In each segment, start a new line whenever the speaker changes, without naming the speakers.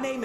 name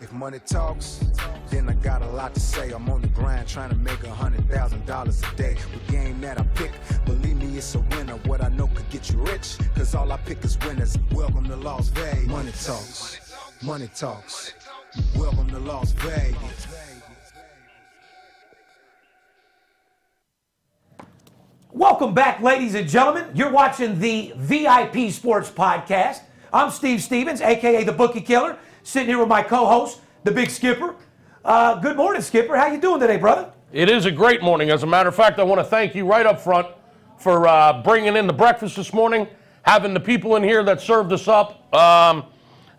If money talks, then I got a lot to say. I'm on the grind trying to make a hundred thousand dollars a day. What game that I pick, believe me, it's a winner. What I know could get you rich, cause all I pick is winners. Welcome to Las Vegas. Money talks, money talks. Welcome to Las Vegas.
Welcome back, ladies and gentlemen. You're watching the VIP Sports Podcast. I'm Steve Stevens, aka the Bookie Killer, sitting here with my co-host, the Big Skipper. Uh, good morning, Skipper. How you doing today, brother?
It is a great morning. As a matter of fact, I want to thank you right up front for uh, bringing in the breakfast this morning, having the people in here that served us up. Um,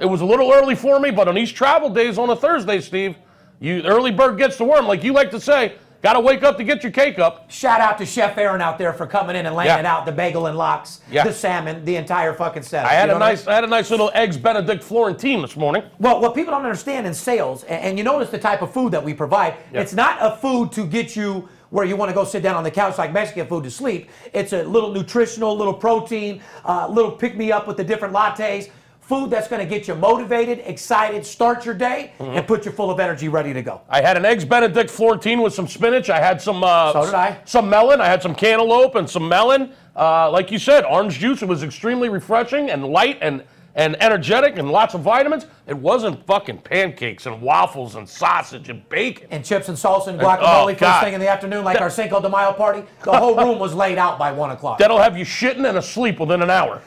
it was a little early for me, but on these travel days on a Thursday, Steve, you early bird gets the worm, like you like to say. Got to wake up to get your cake up.
Shout out to Chef Aaron out there for coming in and laying
Yeah.
it out the bagel and locks,
Yeah.
the salmon, the entire fucking setup.
I had
You know
a
what
nice, I had a nice little eggs Benedict Florentine this morning.
Well, what people don't understand in sales, a- and you notice the type of food that we provide,
Yeah.
it's not a food to get you where you want to go sit down on the couch like Mexican food to sleep. It's a little nutritional, little protein, uh, little pick me up with the different lattes. Food that's going to get you motivated, excited, start your day,
Mm-hmm.
and put you full of energy, ready to go.
I had an eggs Benedict Florentine with some spinach. I had some. Uh,
So did I.
Some melon. I had some cantaloupe and some melon. Uh, like you said, orange juice. It was extremely refreshing and light and and energetic and lots of vitamins. It wasn't fucking pancakes and waffles and sausage and bacon.
And chips and salsa and guacamole first
oh, God.
thing in the afternoon, like our Cinco de Mayo party. The whole room was laid out by one o'clock.
That'll have you shitting and asleep within an hour.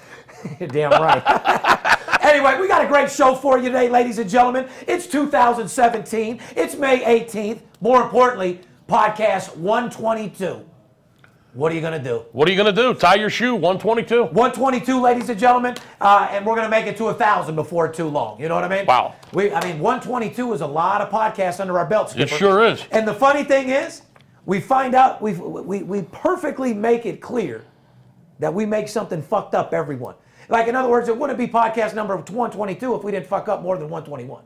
You're damn right. anyway, we got a great show for you today, ladies and gentlemen. It's 2017. It's May 18th. More importantly, podcast 122. What are you going to do?
What are you gonna do? Tie your shoe. 122.
122, ladies and gentlemen, uh, and we're going to make it to 1,000 before too long. You know what I mean?
Wow.
We, I mean, 122 is a lot of podcasts under our belts.
It sure is.
And the funny thing is, we find out, we've, we, we perfectly make it clear that we make something fucked up, everyone. Like, in other words, it wouldn't be podcast number 122 if we didn't fuck up more than 121.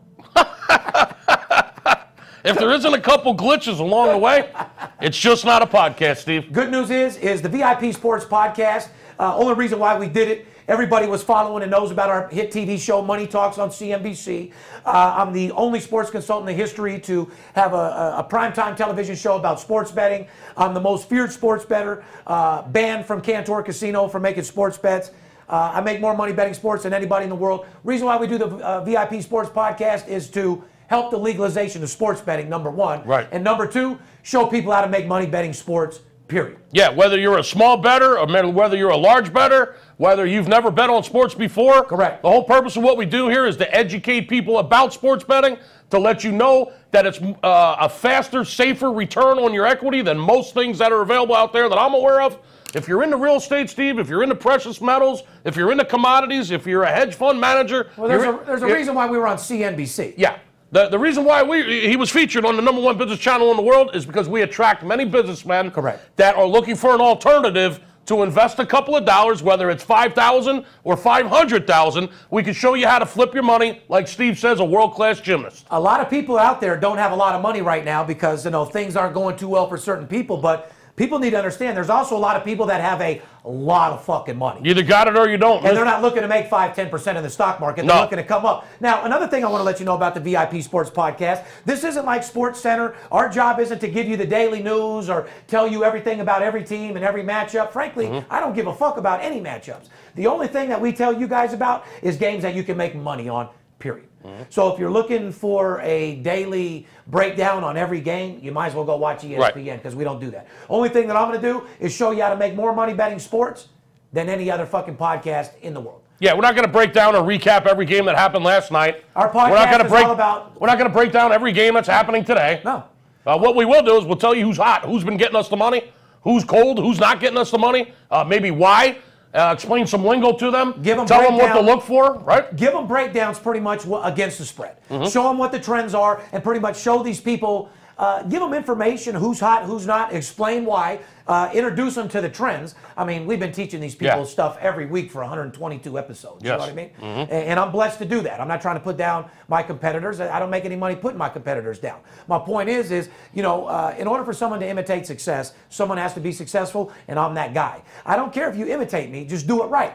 If there isn't a couple glitches along the way, it's just not a podcast, Steve.
Good news is, is the VIP Sports Podcast. Uh, only reason why we did it, everybody was following and knows about our hit TV show Money Talks on CNBC. Uh, I'm the only sports consultant in history to have a, a, a primetime television show about sports betting. I'm the most feared sports bettor, uh, banned from Cantor Casino for making sports bets. Uh, I make more money betting sports than anybody in the world. Reason why we do the uh, VIP Sports Podcast is to help the legalization of sports betting. Number one,
Right.
and number two, show people how to make money betting sports. Period.
Yeah, whether you're a small better or med- whether you're a large better, whether you've never bet on sports before.
Correct.
The whole purpose of what we do here is to educate people about sports betting, to let you know that it's uh, a faster, safer return on your equity than most things that are available out there that I'm aware of. If you're into real estate, Steve, if you're into precious metals, if you're into commodities, if you're a hedge fund manager,
Well, there's
you're-
a, there's a
you're-
reason why we were on CNBC.
Yeah. The, the reason why we he was featured on the number one business channel in the world is because we attract many businessmen
Correct.
that are looking for an alternative to invest a couple of dollars, whether it's five thousand or five hundred thousand. We can show you how to flip your money, like Steve says, a world class gymnast.
A lot of people out there don't have a lot of money right now because you know things aren't going too well for certain people. But people need to understand there's also a lot of people that have a lot of fucking money.
You either got it or you don't.
And they're not looking to make 5 10% in the stock market. They're
No.
looking to come up. Now, another thing I want to let you know about the VIP Sports Podcast this isn't like Sports Center. Our job isn't to give you the daily news or tell you everything about every team and every matchup. Frankly, I don't give a fuck about any matchups. The only thing that we tell you guys about is games that you can make money on, period. So if you're looking for a daily breakdown on every game, you might as well go watch E ESPN
Right.
because we don't do that. Only thing that I'm going to do is show you how to make more money betting sports than any other fucking podcast in the world.
Yeah, we're not going to break down or recap every game that happened last night.
Our
we're not
podcast
gonna
is
break,
all about-
We're not going to break down every game that's happening today.
No.
Uh, what we will do is we'll tell you who's hot, who's been getting us the money, who's cold, who's not getting us the money, uh, maybe why. Uh, explain some lingo to them.
Give 'em
Tell them what to
breakdown.
look for. Right.
Give
Mm-hmm.
them breakdowns pretty much wha- against the spread. Show them what the trends are and pretty much show these people Uh, give them information who's hot, who's not, explain why, uh, introduce them to the trends. I mean, we've been teaching these people
Yeah.
stuff every week for 122 episodes. You know
Yes.
what I mean? And, Mm-hmm. and I'm blessed to do that. I'm not trying to put down my competitors. I I don't make any money putting my competitors down. My point is, is you know, uh, in order for someone to imitate success, someone has to be successful, and I'm that guy. I don't care if you imitate me; just do it right.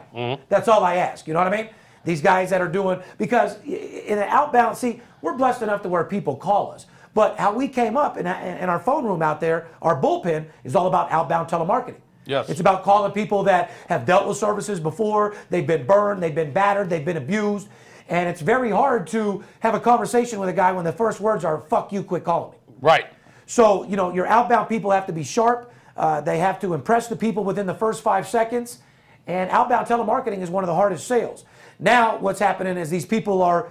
That's all I ask. You know what I mean? These guys that are doing because i- in an outbound, see, we're blessed enough to where people call us. But how we came up in, in our phone room out there, our bullpen is all about outbound telemarketing.
Yes.
It's about calling people that have dealt with services before. They've been burned, they've been battered, they've been abused. And it's very hard to have a conversation with a guy when the first words are, fuck you, quit calling me.
Right.
So, you know, your outbound people have to be sharp. Uh, they have to impress the people within the first five seconds. And outbound telemarketing is one of the hardest sales. Now, what's happening is these people are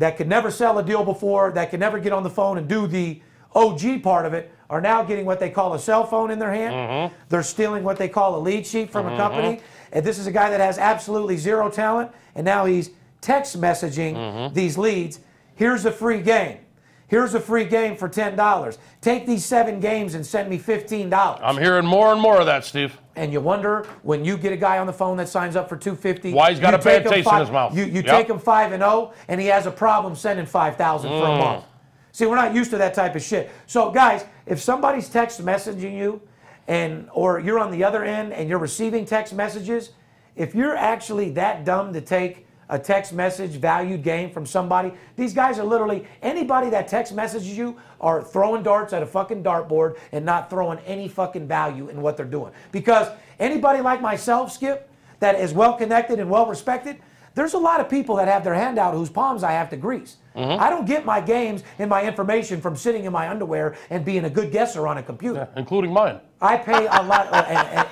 that could never sell a deal before, that could never get on the phone and do the OG part of it, are now getting what they call a cell phone in their hand. They're stealing what they call a lead sheet from a company. And this is a guy that has absolutely zero talent, and now he's text messaging these leads. Here's a free game. Here's a free game for $10. Take these seven games and send me $15.
I'm hearing more and more of that, Steve.
and you wonder when you get a guy on the phone that signs up for 250
Why he's got
you
a bad
take him
taste in
five-
his mouth.
You, you
Yep.
take him 5 and 0 and he has a problem sending 5,000 for
Mm.
a month. See, we're not used to that type of shit. So guys, if somebody's text messaging you and or you're on the other end and you're receiving text messages, if you're actually that dumb to take a text message valued game from somebody. These guys are literally anybody that text messages you are throwing darts at a fucking dartboard and not throwing any fucking value in what they're doing. Because anybody like myself, Skip, that is well connected and well respected, there's a lot of people that have their hand out whose palms I have to grease. I don't get my games and my information from sitting in my underwear and being a good guesser on a computer.
Including mine.
I pay a lot. uh, and- and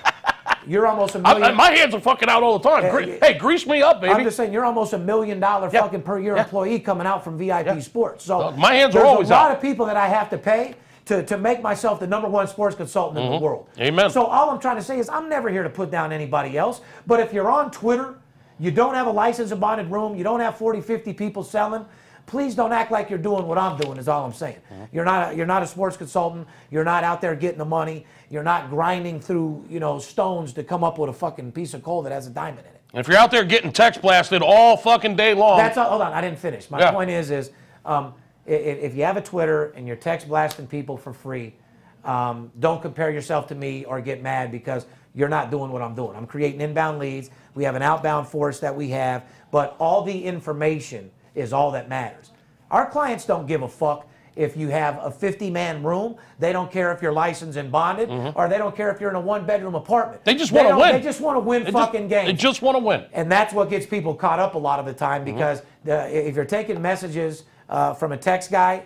you're almost a
I-
million.
I- Uh, my hands are fucking out all the time. Gre-
Oh, yeah.
Hey, grease me up,
I'm
baby.
just saying, you're almost a million dollar
Yeah.
fucking per year
Yeah.
employee coming out from VIP Sports. So
Look, my hands are
there's
always
a lot
out.
of people that I have to pay to, to make myself the number one sports consultant in the world.
Mm-hmm. Amen.
So all I'm trying to say is I'm never here to put down anybody else. But if you're on Twitter, you don't have a licensed and bonded room, you don't have 40, 50 people selling. Please don't act like you're doing what I'm doing. Is all I'm saying.
Mm-hmm.
You're not. A, you're not a sports consultant. You're not out there getting the money. You're not grinding through, you know, stones to come up with a fucking piece of coal that has a diamond in it.
if you're out there getting text blasted all fucking day long,
That's all, hold on. I didn't finish. My
Yeah.
point is, is um, i- i- if you have a Twitter and you're text blasting people for free, um, don't compare yourself to me or get mad because you're not doing what I'm doing. I'm creating inbound leads. We have an outbound force that we have, but all the information is all that matters. Our clients don't give a fuck if you have a 50 man room. They don't care if you're licensed and bonded, or they don't care if you're in a one bedroom apartment.
Mm-hmm. They just wanna
don't-
win.
They just want to win
they just,
fucking
They
games
just want to win.
and that's what gets people caught up a lot of the time
Mm-hmm.
because the, if you're taking messages uh, from a text guy,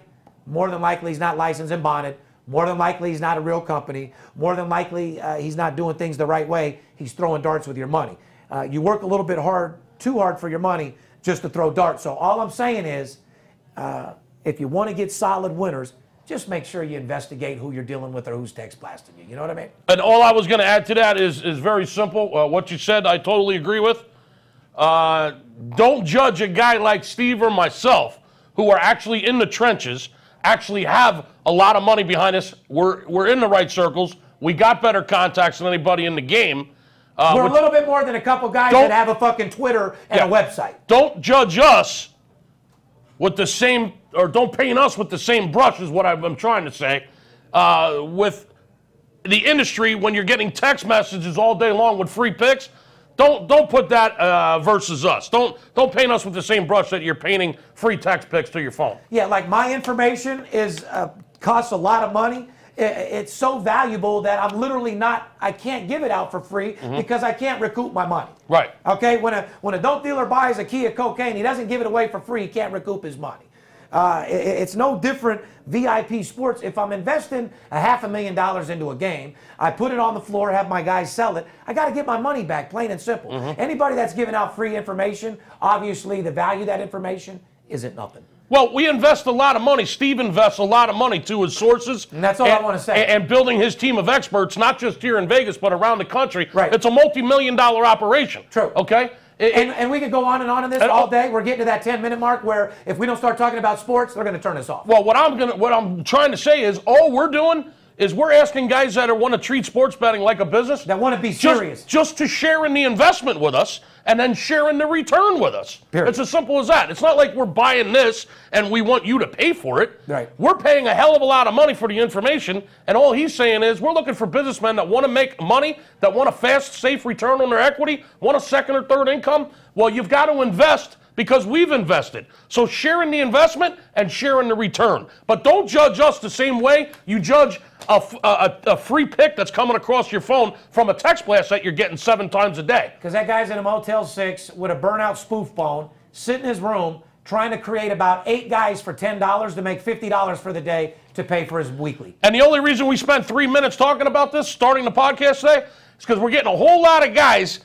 more than likely he's not licensed and bonded. More than likely he's not a real company. More than likely uh, he's not doing things the right way. He's throwing darts with your money. Uh, you work a little bit hard, too hard for your money, just to throw darts. So all I'm saying is, uh, if you want to get solid winners, just make sure you investigate who you're dealing with or who's text blasting you. You know what I mean?
And all I was going to add to that is is very simple. Uh, what you said, I totally agree with. Uh, don't judge a guy like Steve or myself, who are actually in the trenches, actually have a lot of money behind us. We're we're in the right circles. We got better contacts than anybody in the game. Uh,
We're a
which-
little bit more than a couple guys
Don't-
that have a fucking Twitter and
Yeah.
a website.
don't judge us with the same, or don't paint us with the same brush, is what I'm I'm trying to say, uh, with the industry when you're getting text messages all day long with free picks. Don't don't put that uh, versus us. Don't don't paint us with the same brush that you're painting free text picks to your phone.
Yeah, like my information is uh, costs a lot of money. I- It's so valuable that I'm literally not. I can't give it out for free because I can't recoup my money.
Right.
Okay. When a when a dope dealer buys a key of cocaine, he doesn't give it away for free. He can't recoup his money. Uh, i- i- it's no different VIP sports. If I'm investing a half a million dollars into a game, I put it on the floor, have my guys sell it. I got to get my money back, plain and simple. Anybody that's giving out free information, obviously the value of that information isn't nothing.
Well, we invest a lot of money. Steve invests a lot of money to his sources.
And that's all I wanna say.
And, and building his team of experts, not just here in Vegas, but around the country.
Right.
It's a multi million dollar operation.
True.
Okay? It-
and, and we could go on and on in this
And- oh
all day. We're getting to that 10 minute mark where if we don't start talking about sports, they're going to turn us off.
Well, what I'm gonna, what I'm trying to say is, all we're doing is we're asking guys that are want to treat sports betting like a business
That wanna be
just-
serious.
just, to share in the investment with us and then share in the return with us.
Period.
It's as simple as that. It's not like we're buying this and we want you to pay for it.
Right.
We're paying a hell of a lot of money for the information, and all he's saying is we're looking for businessmen that want to make money, that want a fast, safe return on their equity, want a second or third income. Well, you've got to invest because we've invested. So sharing the investment and sharing the return. But don't judge us the same way you judge a, f- a- a- a free pick that's coming across your phone from a text blast that you're getting seven times a day.
Because that guy's in a Motel 6 with a burnout spoof phone, sitting in his room, trying to create about eight guys for $10 to make $50 for the day to pay for his weekly.
And the only reason we spent three minutes talking about this, starting the podcast today, is because we're getting a whole lot of guys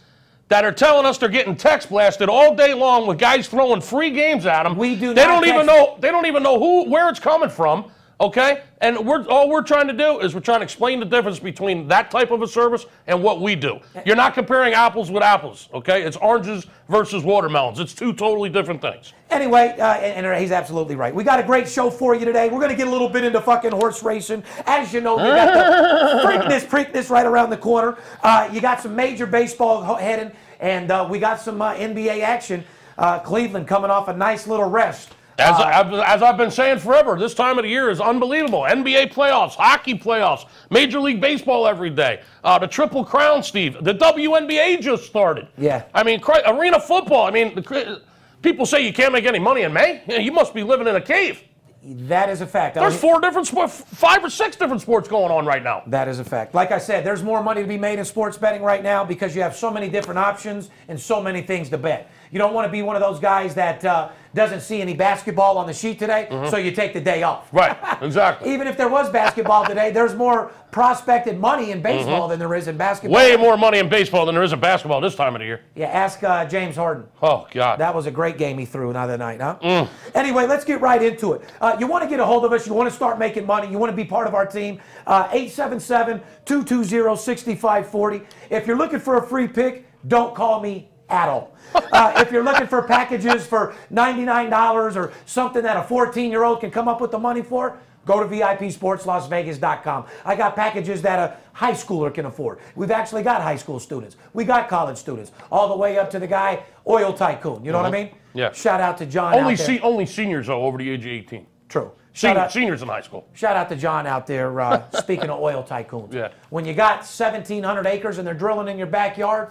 that are telling us they're getting text blasted all day long with guys throwing free games at them.
We do
They
not
don't even
text-
know. They don't even know who, where it's coming from. Okay, and we're all we're trying to do is we're trying to explain the difference between that type of a service and what we do. You're not comparing apples with apples. Okay, it's oranges versus watermelons. It's two totally different things.
Anyway, uh, and, and he's absolutely right. We got a great show for you today. We're going to get a little bit into fucking horse racing. As you know, we got the Preakness, Preakness right around the corner. Uh, you got some major baseball ho- heading, and uh, we got some uh, NBA action. Uh, Cleveland coming off a nice little rest.
As, I've, as I've been saying forever, this time of the year is unbelievable. NBA playoffs, hockey playoffs, Major League Baseball every day, uh, the Triple Crown, Steve. The WNBA just started.
Yeah.
I mean, cri- arena football. I mean, the, cri- people say you can't make any money in May. Yeah, You must be living in a cave.
That is a fact.
There's four different sports, five or six different sports going on right now.
That is a fact. Like I said, there's more money to be made in sports betting right now because you have so many different options and so many things to bet. You don't want to be one of those guys that uh, doesn't see any basketball on the sheet today, so you take the day off.
Mm-hmm. Right, exactly.
Even if there was basketball today, there's more prospected money in baseball than there is in basketball.
Way more money in baseball than there is in basketball this time of the year.
Yeah, ask uh, James Harden.
Oh, God.
That was a great game he threw another night, huh? Anyway, let's get right into it. Uh, you want to get a hold of us. You want to start making money. You want to be part of our team. uh, 877 220 6540. If you're looking for a free pick, don't call me at all. Uh, if you're looking for packages for $99 or something that a 14 year old can come up with the money for, Go to VIPSportsLasVegas.com. I got packages that a high schooler can afford. We've actually got high school students. We got college students, all the way up to the guy, oil tycoon. You know what I mean?
Mm-hmm. Yeah.
Shout out to John.
only,
out there.
se- only seniors, though, over the age of 18.
True. Shout
Senior,
out,
seniors in high school.
shout out to John out there. Uh, speaking of oil tycoons,
Yeah.
when you got 1,700 acres and they're drilling in your backyard,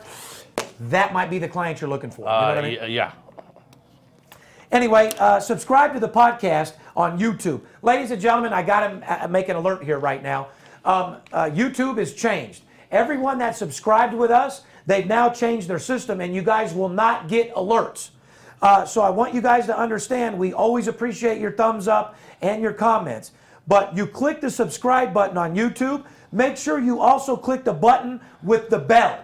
that might be the client you're looking for. You know what I
Uh,
mean?
y- yeah.
Anyway, uh, subscribe to the podcast on YouTube. Ladies and gentlemen, I got to make an alert here right now. Um, uh, YouTube has changed. Everyone that subscribed with us, they've now changed their system, and you guys will not get alerts. Uh, so I want you guys to understand we always appreciate your thumbs up and your comments. But you click the subscribe button on YouTube. Make sure you also click the button with the bell.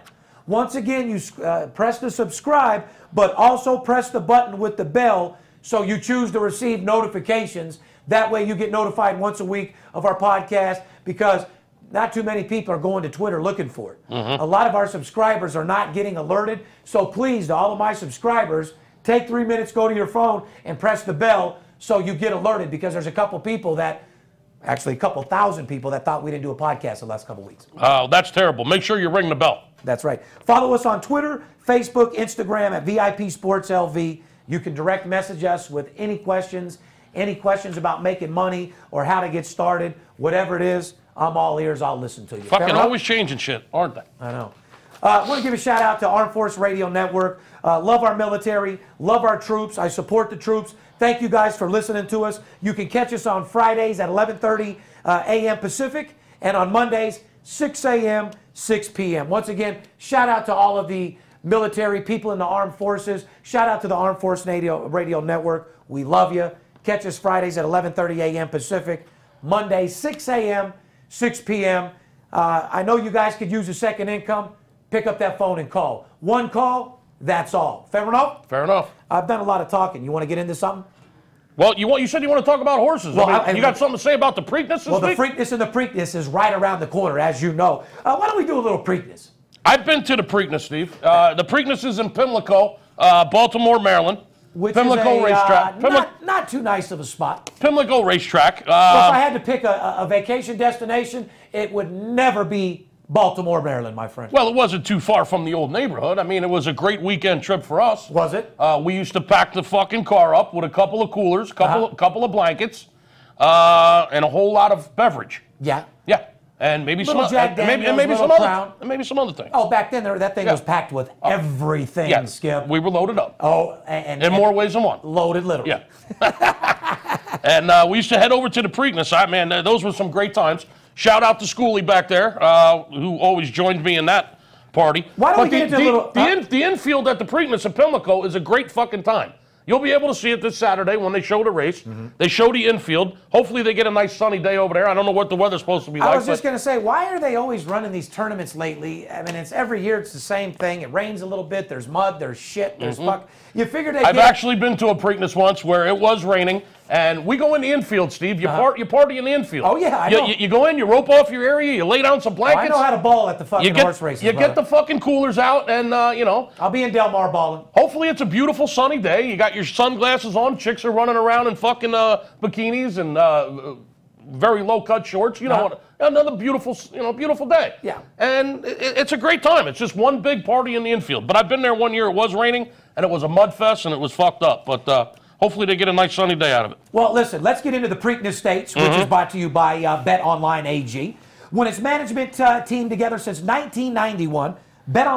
Once again, you uh, press the subscribe, but also press the button with the bell so you choose to receive notifications. That way, you get notified once a week of our podcast because not too many people are going to Twitter looking for it. A lot of our subscribers are not getting alerted. So, please, to all of my subscribers, take three minutes, go to your phone, and press the bell so you get alerted because there's a couple people that, actually, a couple thousand people that thought we didn't do a podcast the last couple weeks.
Uh, that's terrible. Make sure you ring the bell.
That's right. Follow us on Twitter, Facebook, Instagram at VIP Sports LV. You can direct message us with any questions, any questions about making money or how to get started, whatever it is. I'm all ears. I'll listen to you. Fair
Fucking
enough?
always changing shit, aren't they?
I know. Uh, I want to give a shout out to Armed Force Radio Network. Uh, love our military, love our troops. I support the troops. Thank you guys for listening to us. You can catch us on Fridays at 11:30 uh, a.m. Pacific and on Mondays 6 a.m. 6 p.m. Once again, shout out to all of the military people in the armed forces. Shout out to the Armed Force Radio, Radio Network. We love you. Catch us Fridays at 11:30 a.m. Pacific, Monday 6 a.m. 6 p.m. Uh, I know you guys could use a second income. Pick up that phone and call. One call, that's all. Fair enough?
Fair enough.
I've done a lot of talking. You want to get into something?
Well, you want you said you want to talk about horses.
Well,
I mean,
I- I-
you got something to say about the Preakness this
Well, the
week?
Preakness and the Preakness is right around the corner, as you know. Uh, why don't we do a little Preakness?
I've been to the Preakness, Steve. Uh, the Preakness is in Pimlico. uh, Baltimore, Maryland.
Which
Pimlico
is a,
Racetrack.
Uh,
Pimli-
not, not too nice of a spot.
Pimlico Racetrack.
Well, if
Uh,
I had to pick a- a, a vacation destination, it would never be Baltimore, Maryland, my friend.
well, it wasn't too far from the old neighborhood. I mean, it was a great weekend trip for us.
was it?
Uh, we used to pack the fucking car up with a couple of coolers, couple
Uh-huh.
couple of blankets, uh, and a whole lot of beverage.
yeah.
Yeah, and maybe
Little
some
Jack
and maybe, and
Daniels,
maybe
little
some
Crown.
other and maybe some other thing.
Oh, back then there, that thing
Yeah. Uh.
was packed with everything,
yeah,
Skip.
we were loaded up
oh, and, and,
in more ways than one.
loaded, literally.
Yeah. and uh, we used to head over to the Preakness. I man, th- those were some great times. Shout out to Schooley back there, uh, who always joined me in that party.
Why don't we get
But
into
the,
a
the-
little-
the,
uh,
in- the infield at the Preakness at Pimlico is a great fucking time. You'll be able to see it this Saturday when they show the race.
Mm-hmm.
They show the infield. Hopefully, they get a nice sunny day over there. I don't know what the weather's supposed to be like.
I was just
but-
going to say, why are they always running these tournaments lately? I mean, it's every year it's the same thing. It rains a little bit, there's mud, there's shit, there's fuck. You figured they
Mm-hmm. I've actually been to a Preakness once where it was raining, and we go in the infield, Steve. You, part, you party in the infield.
Uh-huh. Oh, yeah, I
you,
know. Oh,
You, you go in, you rope off your area, you lay down some
I
blankets.
know how to ball at the fucking
you get,
horse races.
you get
brother.
the fucking coolers out, and, uh, you know,
I'll be in Del Mar balling.
hopefully it's a beautiful sunny day. You got your sunglasses on, chicks are running around in fucking uh, bikinis and uh, very low cut shorts. You know,
Uh-huh.
another beautiful, s- you know, beautiful day.
Yeah.
And it, it's a great time. It's just one big party in the infield. But I've been there one year, it was raining, and it was a mud fest, and it was fucked up. But uh, hopefully they get a nice sunny day out of it.
Well, listen, let's get into the Preakness States, which is brought to you by uh, Bet Online AG. When its management uh, team together since 1991,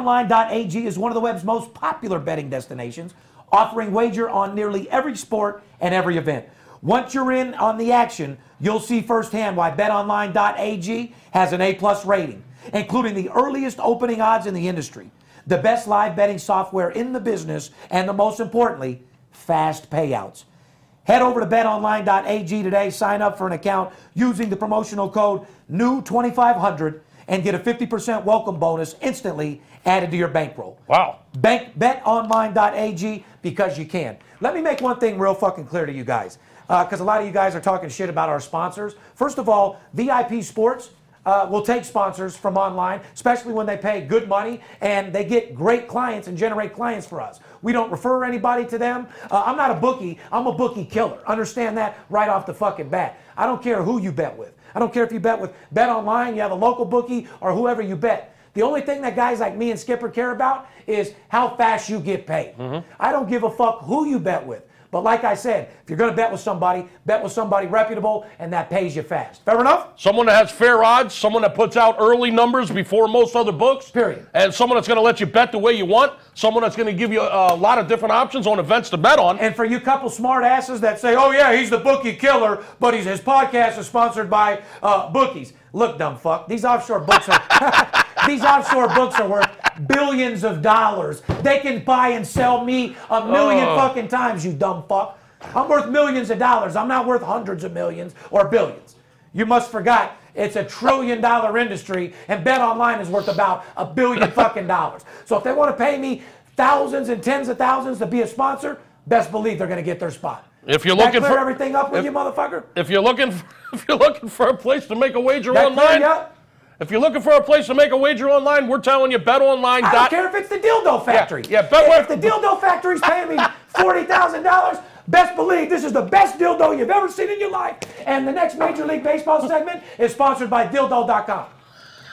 betonline.ag is one of the web's most popular betting destinations, offering wager on nearly every sport and every event. Once you're in on the action, you'll see firsthand why betonline.ag has an A-plus rating, including the earliest opening odds in the industry, the best live betting software in the business, and the most importantly, fast payouts. Head over to betonline.ag today, sign up for an account using the promotional code NEW2500 and get a 50% welcome bonus instantly added to your bankroll.
Wow.
Bank, betonline.ag because you can. Let me make one thing real fucking clear to you guys because a lot of you guys are talking shit about our sponsors. First of all, VIP Sports uh, will take sponsors from online, especially when they pay good money and they get great clients and generate clients for us. We don't refer anybody to them. Uh, I'm not a bookie, I'm a bookie killer. Understand that right off the fucking bat. I don't care who you bet with. I don't care if you bet with Bet Online, you have a local bookie, or whoever you bet. The only thing that guys like me and Skipper care about is how fast you get paid. I don't give a fuck who you bet with. But like I said, if you're going to bet with somebody, bet with somebody reputable and that pays you fast. Fair enough?
Someone that has fair odds, someone that puts out early numbers before most other books.
Period.
And someone that's going to let you bet the way you want. Someone that's going to give you a, a lot of different options on events to bet on.
And for you couple smart asses that say, oh, yeah, he's the bookie killer, but he's, his podcast is sponsored by uh, bookies. Look, dumb fuck, these offshore books are. These offshore books are worth billions of dollars. They can buy and sell me a million
Oh.
fucking times, you dumb fuck. I'm worth millions of dollars. I'm not worth hundreds of millions or billions. You must forgot it's a trillion dollar industry, and Bet Online is worth about a billion fucking dollars. So if they want to pay me thousands and tens of thousands to be a sponsor, best believe they're going to get their spot.
If you're
That
looking
clear
for-
everything up with you, motherfucker.
if you're looking for, if you're looking for a place to make a wager
That clear
online,
you up?
if you're looking for a place to make a wager online, we're telling you betonline.
I don't
dot-
care if it's the dildo factory.
yeah, bet
if,
where-
the dildo factory's paying me forty thousand dollars, best believe this is the best dildo you've ever seen in your life. And the next Major League Baseball segment is sponsored by dildo.com.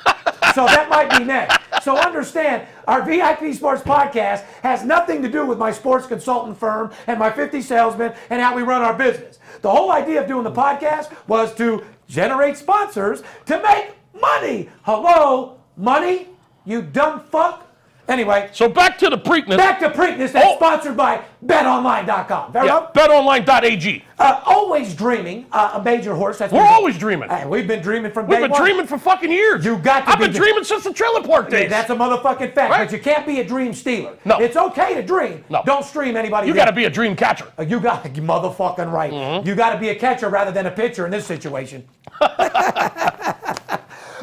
So that might be next. So understand, our VIP Sports podcast has nothing to do with my sports consultant firm and my 50 salesmen and how we run our business. The whole idea of doing the podcast was to generate sponsors to make money. Hello, money? You dumb fuck? Anyway,
So back to the Preakness.
back to Preakness that's
Oh.
sponsored by betonline.com. Fair
yeah,
enough?
betonline.ag.
Uh, always dreaming, uh, a major horse. That's
We're always dreaming.
Hey, we've been dreaming from
We've
day
been
one.
dreaming for fucking years.
You got to
I've
be
been
the-
dreaming since the trailer park days.
That's a motherfucking fact.
Right.
But you can't be a dream stealer.
No.
It's okay to dream.
No.
Don't stream anybody.
you got to be Mm-hmm. a dream catcher.
be. You got you motherfucking right. You got to be a catcher rather than a pitcher in this situation.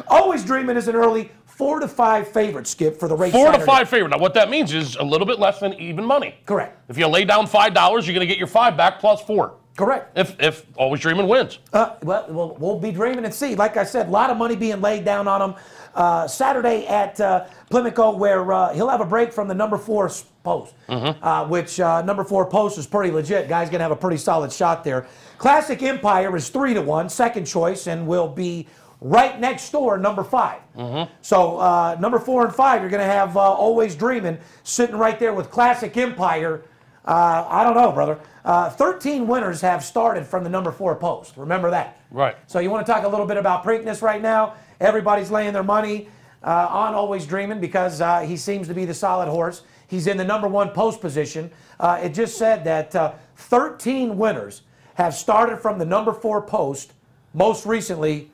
Always dreaming is an early four to five favorite skip for the race.
Four to
Saturday.
five favorite. Now what that means is a little bit less than even money.
Correct.
If you lay down five dollars, you're going to get your five back plus four.
Correct.
If if always dreaming wins.
Uh, well, well, we'll be dreaming and see. Like I said, a lot of money being laid down on him. Uh, Saturday at uh, Plimico, where uh, he'll have a break from the number four s- post, uh, which uh, number four post is pretty legit. Guy's going to have a pretty solid shot there. Classic Empire is three to one, second choice, and will be right next door, number 5 So uh, number four and five, you're going to have uh, Always Dreaming sitting right there with Classic Empire. Uh, I don't know, brother. Uh, 13 winners have started from the number four post. Remember that.
Right.
So you want to talk a little bit about Preakness right now? Everybody's laying their money uh, on Always Dreaming because uh, he seems to be the solid horse. He's in the number one post position. Uh, it just said that uh, 13 winners have started from the number four post, most recently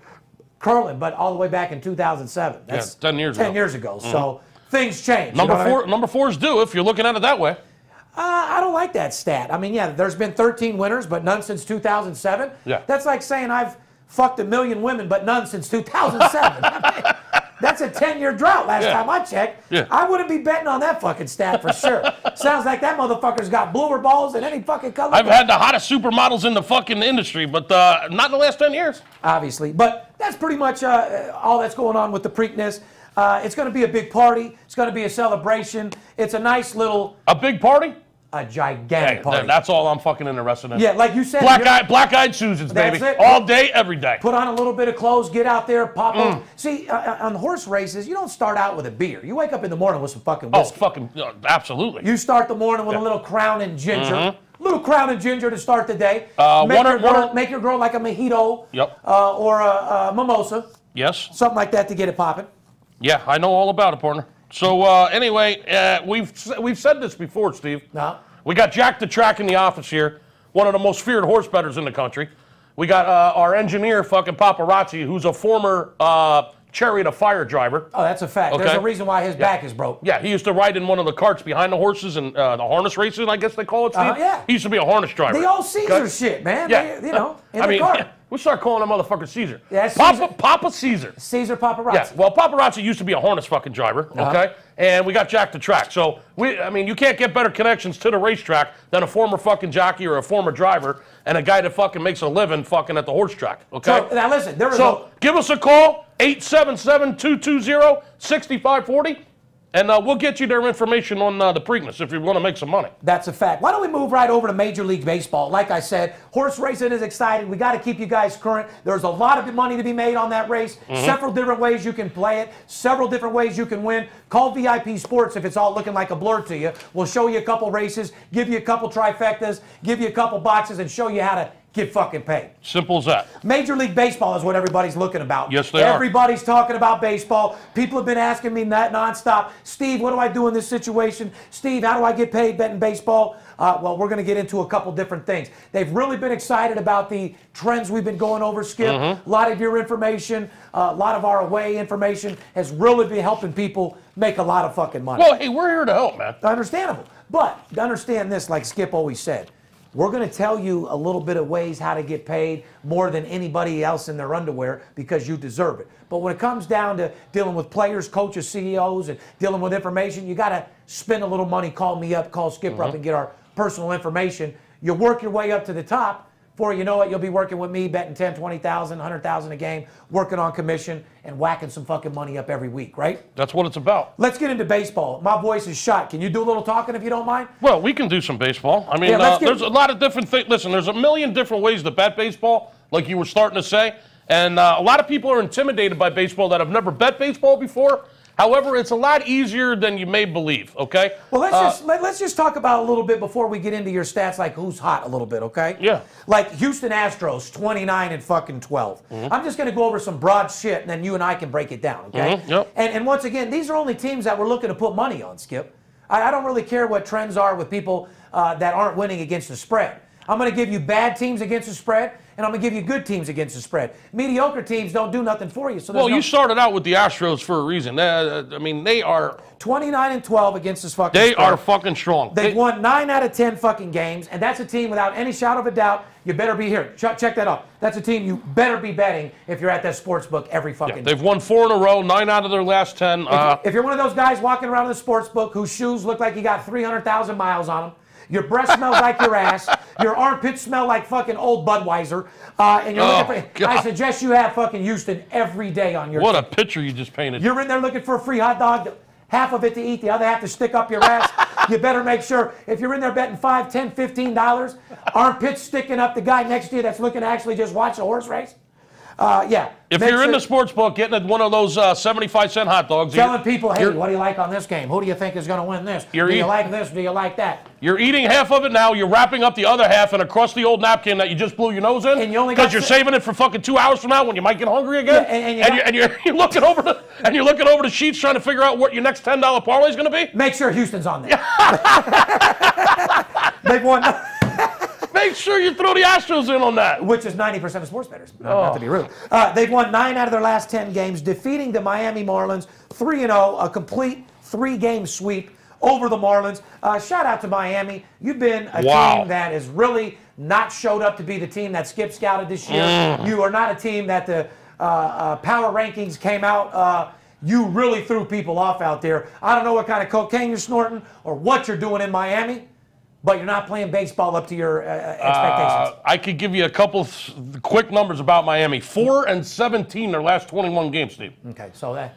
curling, but all the way back in 2007. That's
10 years
10
ago. Mm-hmm.
years ago. So things change. you know
Number
what I
four,
mean?
number four's due if you're looking at it that way.
Uh, I don't like that stat. I mean, yeah, there's been 13 winners, but none since 2007.
Yeah.
That's like saying I've fucked a million women, but none since 2007. I mean, that's a 10 year drought last
Yeah.
time I checked.
Yeah.
I wouldn't be betting on that fucking stat for sure. Sounds like that motherfucker's got bluer balls than any fucking color.
I've had the hottest supermodels in the fucking industry, but uh, not in the last 10 years.
obviously. But that's pretty much uh, all that's going on with the Preakness. Uh, it's going to be a big party. It's going to be a celebration. It's a nice little,
A big party?
a
Hey,
gigantic
th-
party.
that's all I'm fucking interested in.
yeah, like you said,
Black
you're-
eye, black eyed Susans,
That's
baby.
it.
All day, every day.
put on a little bit of clothes, get out there, pop
Mm.
up. See, uh, on horse races, you don't start out with a beer. You wake up in the morning with some fucking
Oh,
whiskey.
fucking, uh, absolutely.
You start the morning with a little crown and ginger. Little crown and ginger to start the day.
Mm-hmm. Uh,
make,
one or-
your girl,
one or-
make your girl like a mojito
Yep.
uh, or a, a mimosa,
yes.
something like that to get it popping.
Yeah, I know all about it, partner. So uh, anyway, uh, we've s- we've said this before, Steve.
No.
We got Jack the Track in the office here, one of the most feared horse betters in the country. We got uh, our engineer, fucking paparazzi, who's a former uh, chariot of fire driver.
Oh, that's a fact. There's
Okay.
a reason why his back is broke.
Yeah, he used to ride in one of the carts behind the horses and uh, the harness races, I guess they call it. Steve.
Uh-huh, yeah.
He used to be a harness driver.
They all Caesar
Okay.
shit, man.
Yeah.
They- you know, in
I
the
mean,
car.
we start calling him motherfucker Caesar.
Yeah, Caesar.
Papa, Papa Caesar.
Caesar paparazzi.
Yeah, well, paparazzi used to be a harness fucking driver,
Uh-huh.
okay? And we got Jack the track. So we, I mean, you can't get better connections to the racetrack than a former fucking jockey or a former driver and a guy that fucking makes a living fucking at the horse track, okay?
So, now listen, there was
So give us a call, 877-220-6540, and uh, we'll get you their information on uh, the Preakness if you want to make some money.
That's a fact. Why don't we move right over to Major League Baseball? Like I said, horse racing is exciting. We got to keep you guys current. There's a lot of money to be made on that race. Several different ways you can play it. Several different ways you can win. Call VIP Sports if it's all looking like a blur to you. We'll show you a couple races, give you a couple trifectas, give you a couple boxes, and show you how to get fucking paid.
Simple as that.
Major League Baseball is what everybody's looking about.
Yes, they are.
Everybody's talking about baseball. People have been asking me that nonstop. Steve, what do I do in this situation? Steve, how do I get paid betting baseball? Uh, well, we're going to get into a couple different things. They've really been excited about the trends we've been going over, Skip.
Mm-hmm.
A lot of your information, uh, a lot of our away information has really been helping people make a lot of fucking money.
Well, hey, we're here to help, man.
Understandable. But to understand this, like Skip always said, we're going to tell you a little bit of ways how to get paid more than anybody else in their underwear because you deserve it. But when it comes down to dealing with players, coaches, CEOs, and dealing with information, you got to spend a little money. Call me up, call Skipper up, and get our personal information. You work your way up to the top. Before you know it, you'll be working with me, betting 10, 20,000, 100,000 a game, working on commission, and whacking some fucking money up every week, right?
That's what it's about.
Let's get into baseball. My voice is shot. Can you do a little talking if you don't mind?
Well, we can do some baseball. I mean,
Yeah, let's
uh,
get-
there's a lot of different things. Listen, there's a million different ways to bet baseball, like you were starting to say. And uh, a lot of people are intimidated by baseball that have never bet baseball before. However, it's a lot easier than you may believe, okay?
Well, let's
Uh,
just let, us just talk about a little bit before we get into your stats, like who's hot a little bit, okay?
Yeah.
Like Houston Astros, 29 and fucking 12.
Mm-hmm.
I'm just going to go over some broad shit, and then you and I can break it down, okay?
Mhm, yep.
And and once again, these are only teams that we're looking to put money on, Skip. I, I don't really care what trends are with people uh, that aren't winning against the spread. I'm going to give you bad teams against the spread, and I'm going to give you good teams against the spread. Mediocre teams don't do nothing for you. So there's
Well,
no
you started out with the Astros for a reason. Uh, I mean, they are
29 and 12 against this fucking
they
spread.
are fucking strong.
They've
They-
won nine out of ten fucking games, and that's a team without any shadow of a doubt. You better be here. Check, check that out. That's a team you better be betting if you're at that sports book every fucking day.
They've won four in a row, nine out of their last ten. Uh,
If you're one of those guys walking around in the sports book whose shoes look like you got 300,000 miles on them, your breath smells like your ass, your armpits smell like fucking old Budweiser, uh, and you're looking
Oh,
for,
God.
I suggest you have fucking Houston every day on your
what a picture you just painted.
You're in there looking for a free hot dog, half of it to eat, the other half to stick up your ass. you better make sure if you're in there betting five, ten, fifteen dollars, armpits sticking up the guy next to you that's looking to actually just watch a horse race. Uh, yeah.
If
Make
you're in
sure-
the sports book getting one of those uh, 75 cent hot dogs, you-
telling people, hey,
you're-
what do you like on this game? Who do you think is going to win this? Do
You're
you
eat-
like this? Do you like that?
You're eating half of it now. You're wrapping up the other half in a crusty old napkin that you just blew your nose in.
And you only got
because you're
si-
saving it for fucking two hours from now when you might get hungry again.
Yeah, and- and you
and,
got-
you're, and you're, you're looking over the and you're looking over the sheets trying to figure out what your next ten dollar parlay is going to be.
Make sure Houston's on there. They've won,
Make sure you throw the Astros in on that.
uh, which is 90% of sports bettors. Not, not to
Oh.
be rude. Uh, they've won nine out of their last 10 games, defeating the Miami Marlins 3 0, a complete three game sweep over the Marlins. Uh, shout out to Miami. You've been a
Wow.
team that has really not showed up to be the team that Skip scouted this year.
Mm.
You are not a team that the uh, uh, power rankings came out. Uh, you really threw people off out there. I don't know what kind of cocaine you're snorting or what you're doing in Miami, but you're not playing baseball up to your uh, uh, expectations.
Uh, I could give you a couple s- quick numbers about Miami. Four and seventeen their last 21 games, Steve.
Okay, so that.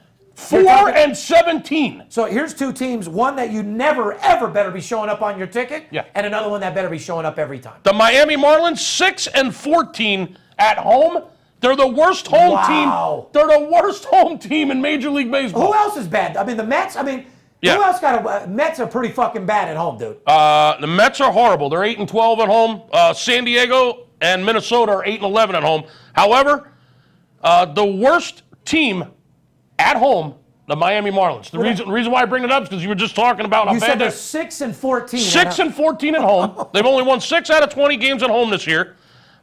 You're
Four
talking-
and 17.
So here's two teams: one that you never ever better be showing up on your ticket,
Yeah.
and another one that better be showing up every time.
The Miami Marlins, 6 and 14 at home. They're the worst home
Wow.
team. They're the worst home team in Major League Baseball.
Who else is bad? I mean, the Mets. I mean,
Yeah.
who else got? A, uh, Mets are pretty fucking bad at home, dude.
Uh, the Mets are horrible. They're 8 and 12 at home. Uh, San Diego and Minnesota are 8 and 11 at home. However, uh, the worst team at home, the Miami Marlins. The reason, the reason why I bring it up is because you were just talking about how
you
bad
said they're
they're
six and uh, fourteen.
six and 14 at home. They've only won six out of 20 games at home this year.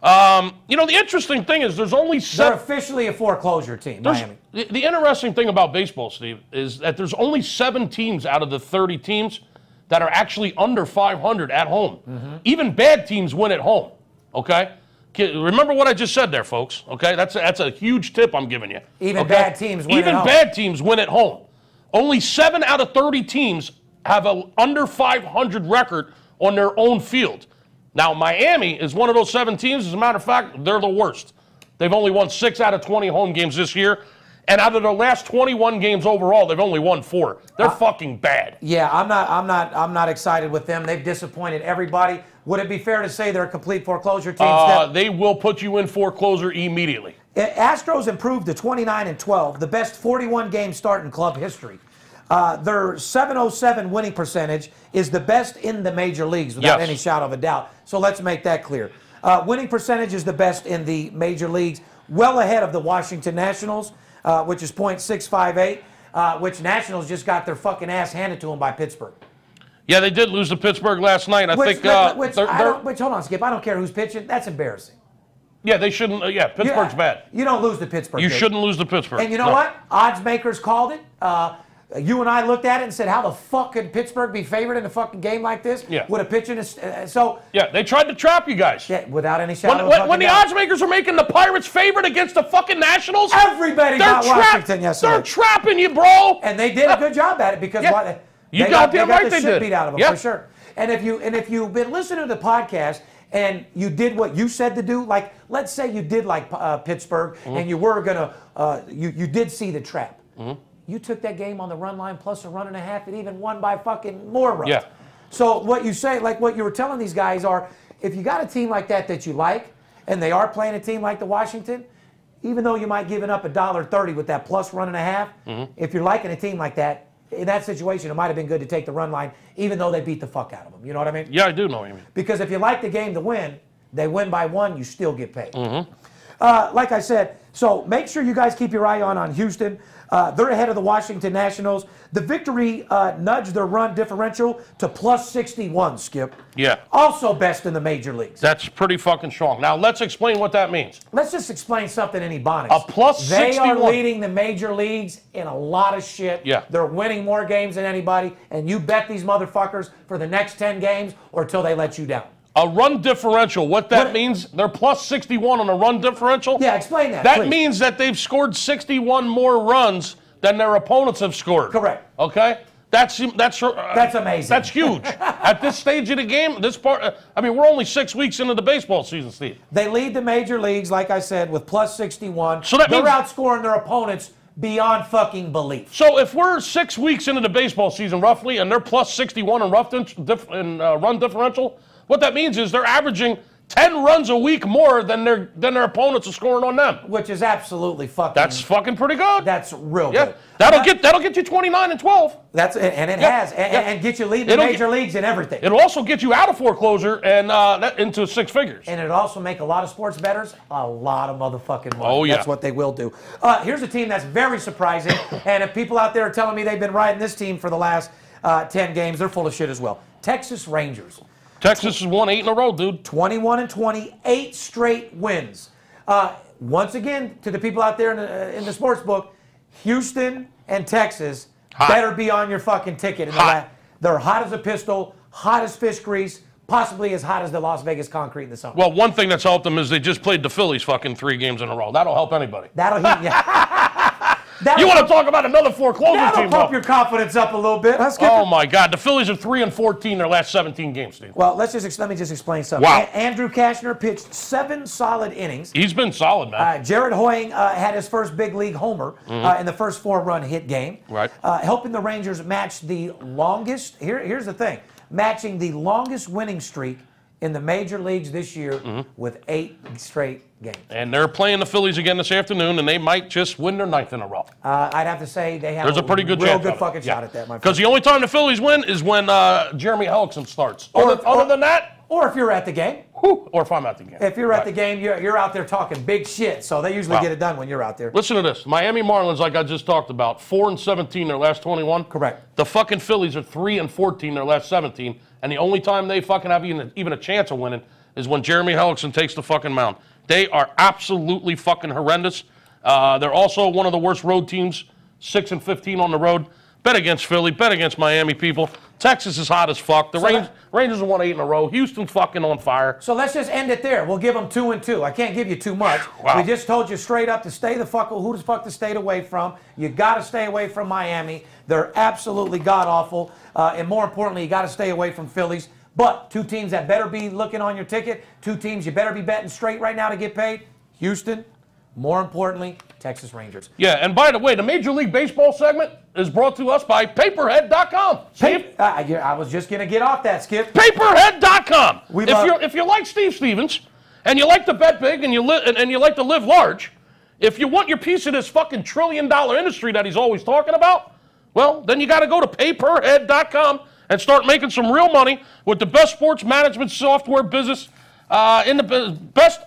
Um, you know, the interesting thing is there's only
They're
seven.
officially a foreclosure team,
There's-
Miami.
The, the interesting thing about baseball, Steve, is that there's only seven teams out of the 30 teams that are actually under 500 at home.
Mm-hmm.
Even bad teams win at home. Okay. Ki- Remember what I just said there, folks. Okay, that's a, that's a huge tip I'm giving you.
Even
okay?
bad teams win at
Even
home.
bad teams win at home. Only seven out of 30 teams have a under 500 record on their own field. Now Miami is one of those seven teams. As a matter of fact, they're the worst. They've only won six out of 20 home games this year, and out of their last 21 games overall, they've only won four.
Uh,
They're fucking bad.
Yeah, I'm not. I'm not. I'm not excited with them. They've disappointed everybody. Would it be fair to say they're a complete foreclosure team? Steph?
Uh, they will put you in foreclosure immediately.
Uh, Astros improved to 29 and 12, the best 41 game start in club history. Uh, their 707 winning percentage is the best in the major leagues without
Yes.
any shadow of a doubt. So let's make that clear. Uh, winning percentage is the best in the major leagues, well ahead of the Washington Nationals, uh, which is .658, uh, which Nationals just got their fucking ass handed to them by Pittsburgh.
Yeah, they did lose to Pittsburgh last night. I
Which,
think. Uh,
which,
they're-
I
they're-
don't- which- hold on, Skip. I don't care who's pitching. That's embarrassing.
yeah, they shouldn't. Uh, yeah,
You-
Pittsburgh's bad.
You don't lose to Pittsburgh.
You
dude.
shouldn't lose to Pittsburgh.
And you know
No.
what? Odds makers called it. Uh, you and I looked at it and said, "How the fuck could Pittsburgh be favored in a fucking game like this?"
Yeah.
With a pitch and a s- uh, so
Yeah, they tried to trap you guys.
yeah, without any shadow
When,
of a
when,
fucking
when the
doubt.
odds makers were making the Pirates favorite against the fucking Nationals,
everybody
they're
got
trapped.
Washington
They're
yesterday,
trapping you, bro.
and they did a good job at it because
Yeah.
why they,
You
they got, they
goddamn
got
right
the
they
shit
did.
beat out of them
Yeah.
for sure. And if you and if you've been listening to the podcast and you did what you said to do, like let's say you did like uh, Pittsburgh
Mm-hmm.
and you were gonna uh, you you did see the trap. You took that game on the run line plus a run and a half, and even won by fucking more runs.
Yeah.
So what you say, like what you were telling these guys, are if you got a team like that that you like, and they are playing a team like the Washington, even though you might give it up a dollar thirty with that plus run and a half, if you're liking a team like that, in that situation, it might have been good to take the run line, even though they beat the fuck out of them. You know what I mean?
yeah, I do know what you mean.
Because if you like the game to win, they win by one, you still get paid.
Mm-hmm.
Uh, like I said, so make sure you guys keep your eye on on Houston. Uh, they're ahead of the Washington Nationals. The victory uh, nudged their run differential to plus 61, Skip.
Yeah.
Also best in the major leagues.
That's pretty fucking strong. Now, let's explain what that means.
Let's just explain something in Ebonics.
A plus
They are
61.
leading the major leagues in a lot of shit.
Yeah.
They're winning more games than anybody, and you bet these motherfuckers for the next 10 games or till they let you down.
A run differential, what that
What-
means, they're plus 61 on a run differential.
Yeah, explain that.
That
please.
means that they've scored 61 more runs than their opponents have scored.
Correct.
Okay? That's that's uh,
That's amazing.
That's huge. At this stage of the game, this part uh, I mean, we're only 6 weeks into the baseball season, Steve.
They lead the major leagues, like I said, with plus 61.
So that
They're
means-
outscoring their opponents beyond fucking belief.
So if we're six weeks into the baseball season, roughly, and they're plus 61 in, rough dif- in uh, run differential, what that means is they're averaging 10 runs a week more than their than their opponents are scoring on them.
Which is absolutely fucking.
That's fucking pretty good.
that's real
yeah,
good.
that'll
That-
get that'll get you 29 and 12.
That's and it
Yeah,
has and,
yeah.
and get you leading the
It'll
major
get-
leagues and everything.
It'll also get you out of foreclosure and uh, that, into six figures.
and it also make a lot of sports betters a lot of motherfucking money.
Oh, yeah.
That's what they will do. Uh, here's a team that's very surprising, and if people out there are telling me they've been riding this team for the last uh, 10 games, they're full of shit as well. Texas Rangers,
Texas has won eight in a row, dude.
21 and 28 straight wins. Uh, once again, to the people out there in the, uh, in the sports book, Houston and Texas
Hot.
better be on your fucking ticket. In the
Hot.
la- they're hot as a pistol, hot as fish grease, possibly as hot as the Las Vegas concrete in the summer.
Well, one thing that's helped them is they just played the Phillies fucking three games in a row. That'll help anybody.
That'll heat you. That'll,
You want to talk about another foreclosure
that'll
team?
pump
though.
your confidence up a little bit. Let's get
Oh
the-
my God, the Phillies are three and fourteen their last seventeen games, dude.
well, let's just ex- let me just explain something.
Wow.
A- Andrew Kashner pitched seven solid innings.
He's been solid, man.
Uh, Jared Hoying uh, had his first big league homer uh, in the first four-run hit game,
Mm-hmm. Right.
Uh, helping the Rangers match the longest. Here, here's the thing: matching the longest winning streak in the major leagues this year
Mm-hmm.
with eight straight games.
and they're playing the Phillies again this afternoon, and they might just win their ninth in a row.
Uh, I'd have to say they have
There's a pretty good
real
chance.
good fucking shot at that, my friend.
Because the only time the Phillies win is when uh, Jeremy Hellickson starts.
Or-
other, other than that,
Or if you're at the game,
whew, or if I'm at the game.
If you're at
Right.
the game, you're, you're out there talking big shit, so they usually
Wow.
get it done when you're out there.
Listen to this. Miami Marlins, like I just talked about, four and seventeen their last twenty-one.
Correct.
The fucking Phillies are three and fourteen their last seventeen, and the only time they fucking have even even a chance of winning is when Jeremy Hellickson takes the fucking mound. They are absolutely fucking horrendous. Uh, they're also one of the worst road teams, six and fifteen on the road. Bet against Philly. Bet against Miami. People. Texas is hot as fuck. The Rangers, Rangers won eight in a row. Houston's fucking on fire.
So let's just end it there. We'll give them two and two. I can't give you too much.
Wow.
We just told you straight up to stay the fuck who the fuck to stay away from. You got to stay away from Miami. They're absolutely god awful, uh, and more importantly, you got to stay away from Phillies. But two teams that better be looking on your ticket. Two teams you better be betting straight right now to get paid. Houston. More importantly, Texas Rangers.
Yeah. And by the way, the Major League Baseball segment is brought to us by Paperhead.com. Steve?
Uh, I, I was just gonna get off that, Skip.
paperhead.com.
We
if
love-
you if you like Steve Stevens and you like to bet big and you li- and, and you like to live large, if you want your piece of this fucking trillion dollar industry that he's always talking about, well, then you got to go to paperhead.com and start making some real money with the best sports management software business uh, in the bu- best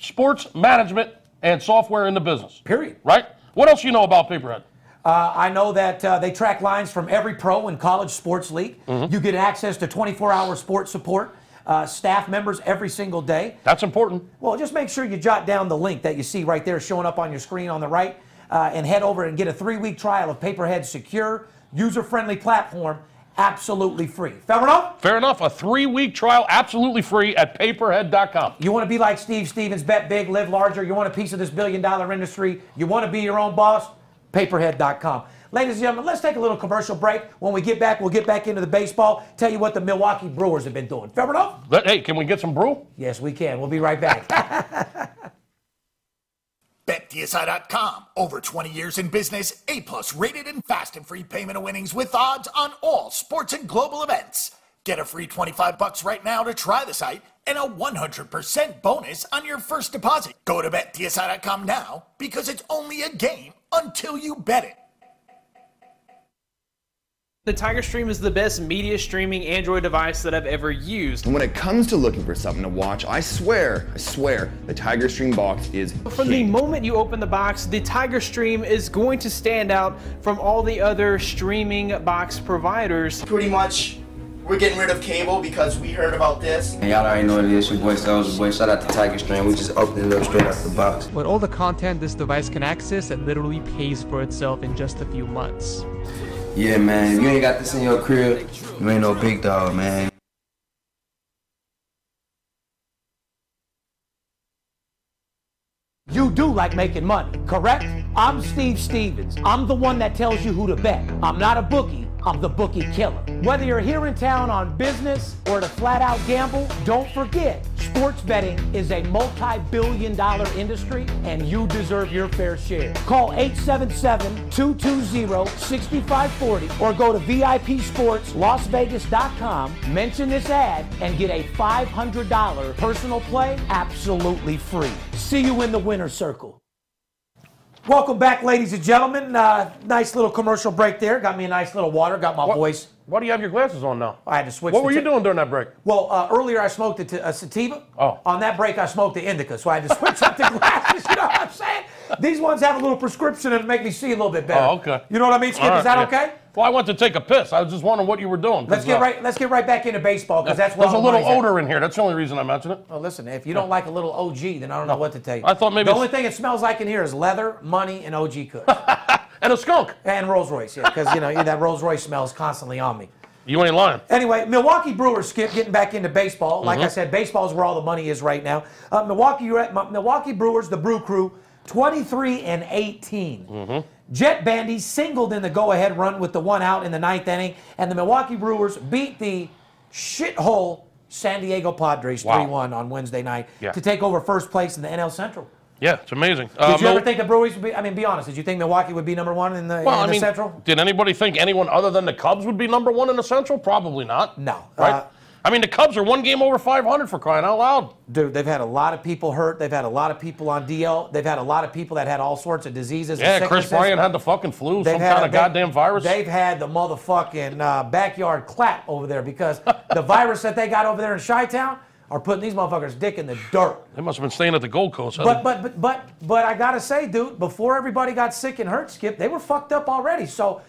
sports management and software in the business.
Period.
Right? What else you know about Paperhead?
Uh, I know that uh, they track lines from every pro and college sports league. You get access to 24 hour sports support, uh, staff members every single day.
That's important.
Well, just make sure you jot down the link that you see right there showing up on your screen on the right uh, and head over and get a three week trial of Paperhead's secure, user friendly platform absolutely free. Fair enough?
Fair enough. A three-week trial, absolutely free at paperhead.com.
You want to be like Steve Stevens, bet big, live larger. You want a piece of this billion dollar industry. You want to be your own boss? Paperhead.com. Ladies and gentlemen, let's take a little commercial break. When we get back, we'll get back into the baseball, tell you what the Milwaukee Brewers have been doing. Fair enough?
Let- hey, can we get some brew?
Yes, we can. We'll be right back.
BetDSI.com. Over 20 years in business, A plus rated and fast and free payment of winnings with odds on all sports and global events. Get a free 25 bucks right now to try the site and a 100% bonus on your first deposit. Go to BetDSI.com now because it's only a game until you bet it.
The Tiger Stream is the best media streaming Android device that I've ever used.
When it comes to looking for something to watch, I swear, I swear, the Tiger Stream box is
From the
king.
moment you open the box, the Tiger Stream is going to stand out from all the other streaming box providers.
pretty much we're getting rid of cable because we heard about this.
And y'all already know what it is. Your boy Soulja Boy. Shout out to Tiger Stream. We just opened it up straight out the box.
But all the content this device can access, it literally pays for itself in just a few months.
Yeah, man. If you ain't got this in your crib, you ain't no big dog, man.
you do like making money, correct? I'm Steve Stevens. I'm the one that tells you who to bet. I'm not a bookie, I'm the bookie killer. Whether you're here in town on business or to flat out gamble, don't forget sports betting is a multi billion dollar industry and you deserve your fair share. Call 877 220 6540 or go to VIPSportsLasVegas.com, mention this ad, and get a $500 personal play absolutely free. See you in the winner's circle. Welcome back, ladies and gentlemen. Uh, nice little commercial break there. Got me a nice little water, got my
What-
voice.
Why do you have your glasses on now?
I had to switch.
What
the
were you
ta-
doing during that break?
Well, uh, earlier I smoked a, t- a sativa.
Oh.
On that break, I smoked the indica, so I had to switch up the glasses. You know what I'm saying? These ones have a little prescription and make me see a little bit better.
Oh, okay.
You know what I mean, Skip?
All
Is
right,
that
yeah.
okay?
Well, I went to take a piss. I was just wondering what you were doing. 'cause,
Let's get
uh,
right. Let's get right back into baseball because that's where
There's a
all the
little
money's at.
odor in here. That's the only reason I mentioned it.
Well, listen, if you don't like a little OG, then I don't know what to tell you.
I thought maybe
the
it's-
only thing it smells like in here is leather, money, and OG Kush
And a skunk.
and Rolls Royce. Yeah, because you know that Rolls Royce smells constantly on me.
You ain't lying.
Anyway, Milwaukee Brewers, Skip, getting back into baseball. Like
Mm-hmm.
I said, baseball is where all the money is right now. Uh, Milwaukee, you're at Mi- Milwaukee Brewers, the Brew Crew, 23 and 18.
Mm-hmm.
Jet Bandy singled in the go-ahead run with the one out in the ninth inning, and the Milwaukee Brewers beat the shithole San Diego Padres
Wow.
3-1 on Wednesday night
Yeah.
to take over first place in the NL Central.
Yeah, it's amazing. Uh,
Did you ever think the Brewers would be? I mean, be honest. Did you think Milwaukee would be number one in the, in the Central?
Did anybody think anyone other than the Cubs would be number one in the Central? Probably not.
No.
Right?
Uh,
I mean, the Cubs are one game over 500 for crying out loud.
Dude, they've had a lot of people hurt. They've had a lot of people on DL. They've had a lot of people that had all sorts of diseases. and
Yeah, Chris
sicknesses.
Bryant had the fucking flu,
They've
some
had-
kind of
they-
goddamn virus.
They've had the motherfucking uh, backyard clap over there because the virus that they got over there in Chi Town are putting these motherfuckers' dick in the dirt.
They must have been staying at the Gold Coast. huh?
But but but but but I gotta say, dude, before everybody got sick and hurt, Skip, they were fucked up already. So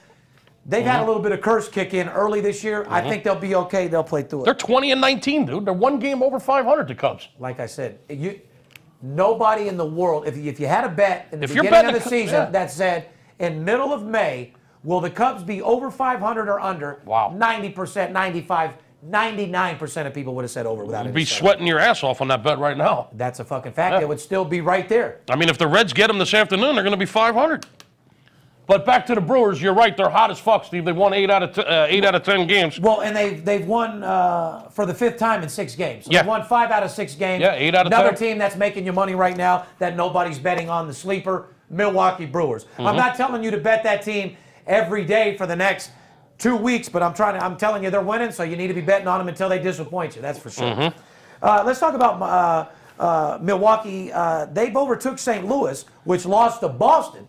they've
Mm-hmm.
had a little bit of curse kick in early this year. I think they'll be okay. They'll play through it.
They're 20 and 19, dude. They're one game over 500, the Cubs.
like I said, you nobody in the world. If, if you had a bet in the
If you're
beginning of
betting
the
the Cubs,
season
yeah.
that said in middle of May, will the Cubs be over 500 or under?
Wow.
90%, 95, 99% of people would have said over without
You'd
any
be
discussion.
sweating your ass off on that bet right now.
That's a fucking fact.
Yeah.
It would still be right there.
I mean, if the Reds get them this afternoon, they're going to be 500. But back to the Brewers, you're right. They're hot as fuck, Steve. They won eight out of t- uh, eight out of ten games.
Well, and they've they've won uh, for the fifth time in six games. So
Yeah.
They've won five out of six games.
Yeah, eight out of
Another
10.
team that's making you money right now that nobody's betting on the sleeper, Milwaukee Brewers.
Mm-hmm.
I'm not telling you to bet that team every day for the next two weeks, but I'm trying to. I'm telling you they're winning, so you need to be betting on them until they disappoint you. That's for sure.
Mm-hmm.
Uh, let's talk about uh, uh, Milwaukee. Uh, they've overtook St. Louis, which lost to Boston.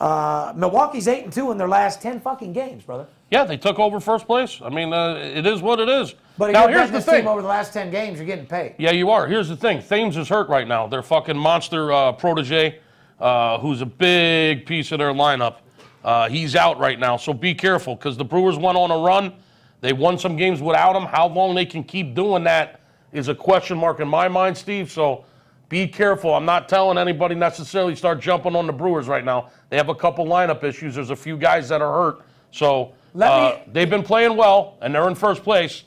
Uh, Milwaukee's eight and two in their last ten fucking games, brother.
Yeah, they took over first place. I mean, uh, it is what it is.
But if
now
you're
here's
betting
the
this team
thing.
over the last ten games, you're getting paid.
Yeah, you are. Here's the thing. Thames is hurt right now. Their fucking monster uh, protege, uh, who's a big piece of their lineup, uh, he's out right now. So be careful because the Brewers went on a run. They won some games without him. How long they can keep doing that is a question mark in my mind, Steve. So be careful. I'm not telling anybody necessarily start jumping on the Brewers right now. They have a couple lineup issues. There's a few guys that are hurt. So
Let
uh,
me-
they've been playing well and they're in first place.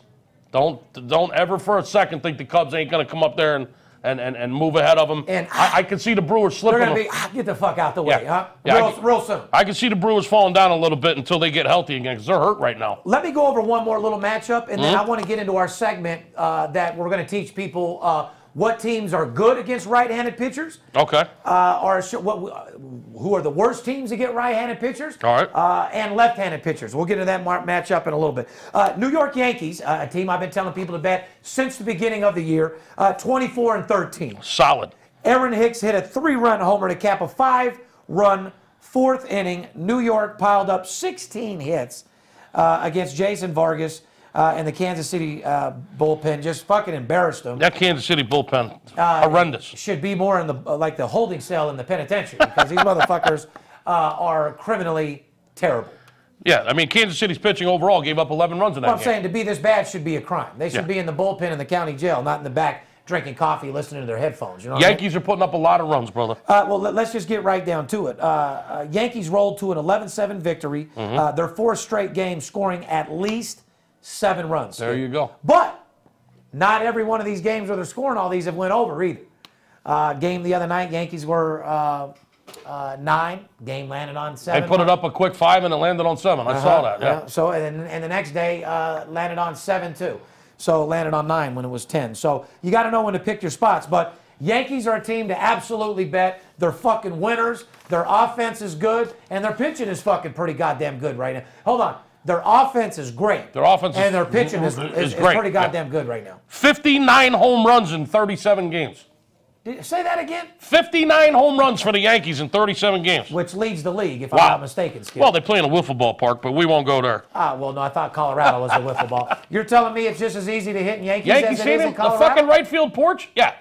Don't don't ever for a second think the Cubs ain't going to come up there and, and, and, and move ahead of them.
And-
I, I can see the Brewers
They're
slipping.
gonna
a-
be "Ah, get the fuck out the way,
Yeah.
huh?
Yeah, I
real,
get-
real soon.
I can see the Brewers falling down a little bit until they get healthy again because they're hurt right now.
Let me go over one more little matchup, and
Mm-hmm.
then I want to get into our segment uh, that we're gonna teach people uh, what teams are good against right-handed pitchers,
Okay.
uh, or sh- what, who are the worst teams to get right-handed pitchers.
All right.
Uh, and left-handed pitchers. We'll get into that mar- matchup in a little bit. Uh, New York Yankees, uh, a team I've been telling people to bet since the beginning of the year, uh, 24 and 13.
Solid.
Aaron Hicks hit a three run homer to cap a five run fourth inning. New York piled up 16 hits uh, against Jason Vargas uh, and the Kansas City uh, bullpen. Just fucking embarrassed them.
That Kansas City bullpen,
Uh,
horrendous.
Should be more in the uh, like the holding cell in the penitentiary because these motherfuckers uh, are criminally terrible.
Yeah, I mean Kansas City's pitching overall gave up 11 runs in that
Well, I'm
game.
saying to be this bad should be a crime. They should
Yeah.
be in the bullpen in the county jail, not in the back drinking coffee, listening to their headphones. You know what I mean?
Yankees are putting up a lot of runs, brother.
Uh, well, let, us just get right down to it. Uh, uh, Yankees rolled to an 11 7 victory.
Mm-hmm.
Uh, their fourth straight game scoring at least seven runs.
there you go.
But not every one of these games where they're scoring all these have went over either. Uh, game the other night, Yankees were uh, uh, nine. Game landed on seven.
They put it up a quick five and it landed on seven. I saw that. Yeah.
Uh-huh. Yeah, So and then- and the next day uh, landed on seven too. So landed on nine when it was ten. So you got to know when to pick your spots. But Yankees are a team to absolutely bet. They're fucking winners. Their offense is good, and their pitching is fucking pretty goddamn good right now. Hold on, their offense is great.
Their offense is-
and their pitching is,
is
is, is
great,
pretty
yeah.
goddamn good right now.
59 home runs in 37 games.
Did, say that again.
59 home runs for the Yankees in 37 games.
Which leads the league, if
Wow.
I'm not mistaken. Skip.
Well, they play in a wiffle ball park, but we won't go there.
ah, well, no, I thought Colorado was the wiffle ball. You're telling me it's just as easy to hit in Yankees as it
Yankees
is
Stadium,
in
the
Colorado?
fucking right field porch. Yeah,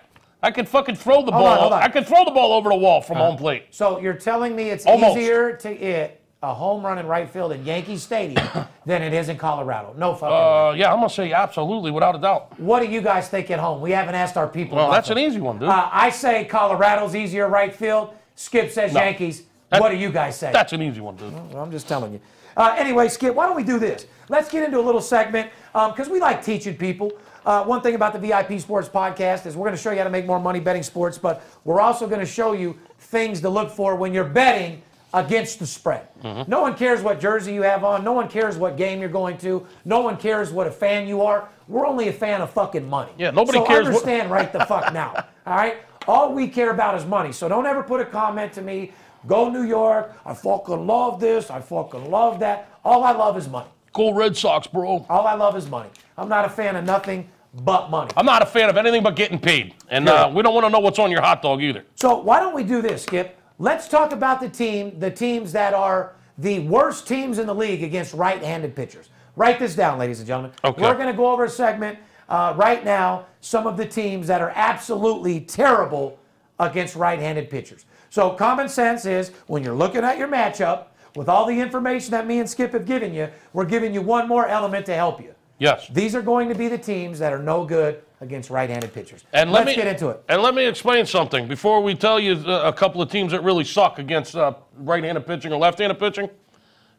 I could fucking throw the
Hold
ball.
on, hold on. Uh-huh.
I could throw the ball over the wall from home plate.
So you're telling me it's
Almost.
easier to hit a home run in right field in Yankee Stadium than it is in Colorado? No fucking. way.
Uh, yeah, I'm gonna say absolutely, without a doubt.
What do you guys think at home? We haven't asked our people.
Well,
about
that's an
this.
easy one, dude.
Uh, I say Colorado's easier right field. Skip says
No.
Yankees.
That-
what do you guys say?
that's an easy one, dude.
Well, I'm just telling you. Uh, anyway, Skip, why don't we do this? Let's get into a little segment because we like teaching people. Uh, one thing about the VIP Sports Podcast is we're going to show you how to make more money betting sports, but we're also going to show you things to look for when you're betting against the spread.
Mm-hmm.
No one cares what jersey you have on. No one cares what game you're going to. No one cares what a fan you are. We're only a fan of fucking money.
Yeah, nobody
so
cares what-
Understand understand right the fuck now. All right? All we care about is money. So don't ever put a comment to me, go New York, I fucking love this, I fucking love that. All I love is money.
Go Red Sox, bro.
All I love is money. I'm not a fan of nothing but money.
I'm not a fan of anything but getting paid, and
Yeah.
uh, we don't want to know what's on your hot dog either.
So why don't we do this, Skip? Let's talk about the team, the teams that are the worst teams in the league against right-handed pitchers. Write this down, ladies and gentlemen.
Okay.
We're going to go over a segment uh, right now. Some of the teams that are absolutely terrible against right-handed pitchers. So common sense is when you're looking at your matchup with all the information that me and Skip have given you, we're giving you one more element to help you.
Yes.
These are going to be the teams that are no good against right-handed pitchers.
And let
let's
me
get into it.
And let me explain something before we tell you uh, a couple of teams that really suck against uh, right-handed pitching or left-handed pitching.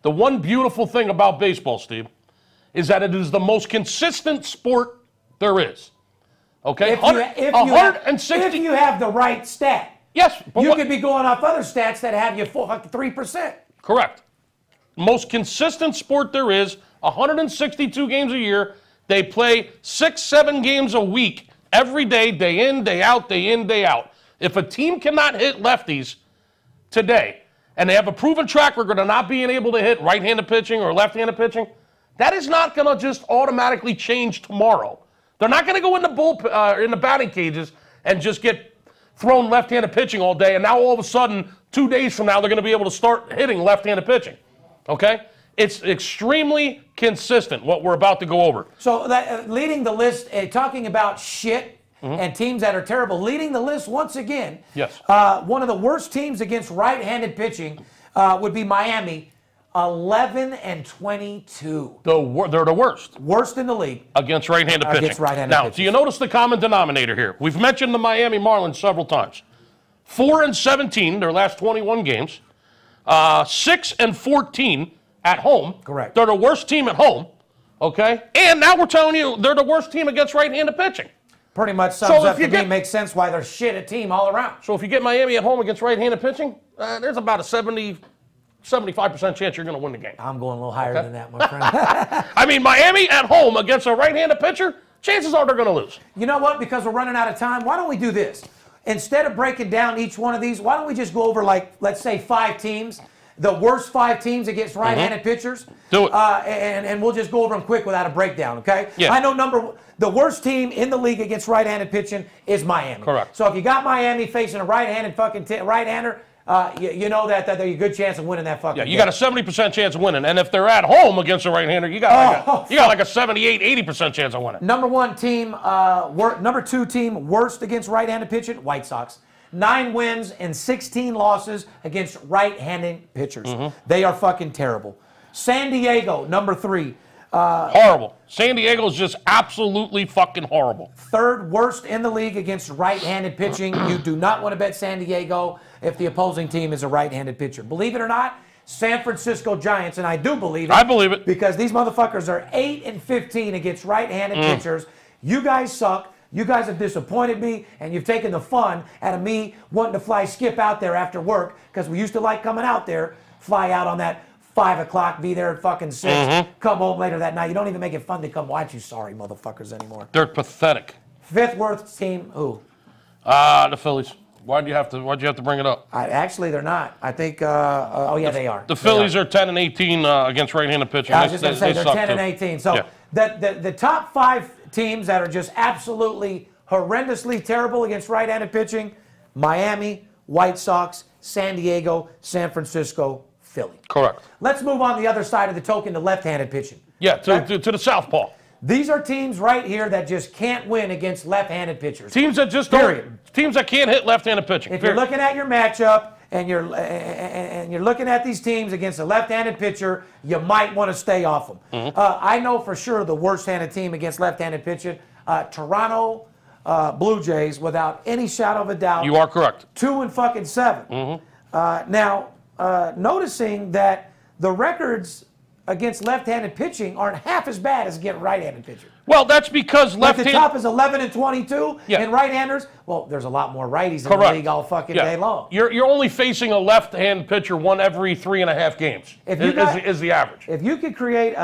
The one beautiful thing about baseball, Steve, is that it is the most consistent sport there is. Okay,
If you, if, you have,
160.
if you have the right stat,
yes, but
you
what-
could be going off other stats that have you full- like 3%.
correct. Most consistent sport there is. 162 games a year. They play six, seven games a week every day, day in, day out, day in, day out. If a team cannot hit lefties, today and they have a proven track record of not being able to hit right handed pitching or left handed pitching, that is not going to just automatically change tomorrow. They're not going to go in the, bull, uh, in the batting cages and just get thrown left handed pitching all day, and now all of a sudden, two days from now, they're going to be able to start hitting left handed pitching. Okay? It's extremely consistent what we're about to go over.
So that, uh, leading the list, uh, talking about shit and teams that are terrible, leading the list once again.
Mm-hmm. Yes.
Uh, one of the worst teams against right-handed pitching uh, would be Miami, 11 and 22,
The, wor- they're the worst.
worst in the league.
against right-handed
Against
pitching.
right-handed
now,
pitchers.
do you notice the common denominator here? We've mentioned the Miami Marlins several times. Four and 17, their last 21 games. Uh, six and 14 at home.
Correct.
They're the worst team at home. Okay, and now we're telling you they're the worst team against right-handed pitching.
Pretty much sums
So if
up
you
to me,
get-
makes sense why they're shit a team all around.
So if you get Miami at home against right-handed pitching, uh, there's about a 70, 75 percent chance you're going to win the game.
I'm going a little higher than that, my friend.
I mean, Miami at home against a right-handed pitcher, chances are they're going to lose.
You know what? Because we're running out of time, why don't we do this? Instead of breaking down each one of these, why don't we just go over like let's say five teams, the worst five teams against right-handed pitchers?
Mm-hmm. Do it.
Uh, and and we'll just go over them quick without a breakdown. Okay.
Yeah.
I know number the worst team in the league against right-handed pitching is Miami.
Correct.
So if you got Miami facing a right-handed fucking t- right-hander. Uh, you, you know that, that there's a good chance of winning that fucking
Yeah, you
game.
got a 70% chance of winning. And if they're at home against a right-hander, you got,
Oh,
like, a, you got like a 78, 80% chance of winning.
Number one team, uh, wor- number two team, worst against right-handed pitching, White Sox. Nine wins and 16 losses against right-handed pitchers. They are fucking terrible. San Diego, number three,
Horrible. San Diego's just absolutely fucking horrible.
third worst in the league against right-handed pitching. you do not want to bet San Diego if the opposing team is a right-handed pitcher. Believe it or not, San Francisco Giants, and I do believe it.
I believe it. Mm.
because these motherfuckers are eight and 15 against right-handed pitchers. You guys suck. You guys have disappointed me, and you've taken the fun out of me wanting to fly skip out there after work because we used to like coming out there, fly out on that five o'clock, be there at fucking 6
Mm-hmm.
come home later that night. You don't even make it fun to come watch you sorry motherfuckers anymore.
They're pathetic.
Fifth worst team, who?
Ah, the Phillies. Why'd you have to? Why'd you have to bring it up?
I, actually, they're not. I think. Uh, uh, oh yeah, they are.
The
They
Phillies are 10 and 18 uh, against right-handed pitching.
I was
They-
just going to
they-
say
they
they're
suck
10 and
too.
18. So
Yeah.
the, the, the top five teams that are just absolutely horrendously terrible against right handed pitching Miami, White Sox, San Diego, San Francisco, Philly.
correct.
Let's move on the other side of the token to left handed pitching.
Yeah, to, to, to the southpaw
These are teams right here that just can't win against left handed pitchers.
teams that just don't.
Period.
Teams that can't hit left-handed pitching.
If you're
Period.
looking at your matchup and you're and- and you're looking at these teams against a left-handed pitcher, you might want to stay off them.
Mm-hmm.
Uh, I know for sure the worst-handed team against left-handed pitching, uh, Toronto uh, Blue Jays, without any shadow of a doubt.
you are Mm-hmm. correct.
two and fucking 7 Uh, now, uh, noticing that the records against left-handed pitching aren't half as bad as against right-handed pitching.
Well, that's because
Like
left-handed.
the top is 11 and 22,
Yeah.
and right-handers. Well, there's a lot more righties in
correct.
the league all fucking
Yeah.
day long.
You're you're only facing a left-hand pitcher one every three and a half games.
If
is-
you got-
is, is the average.
If you could create a,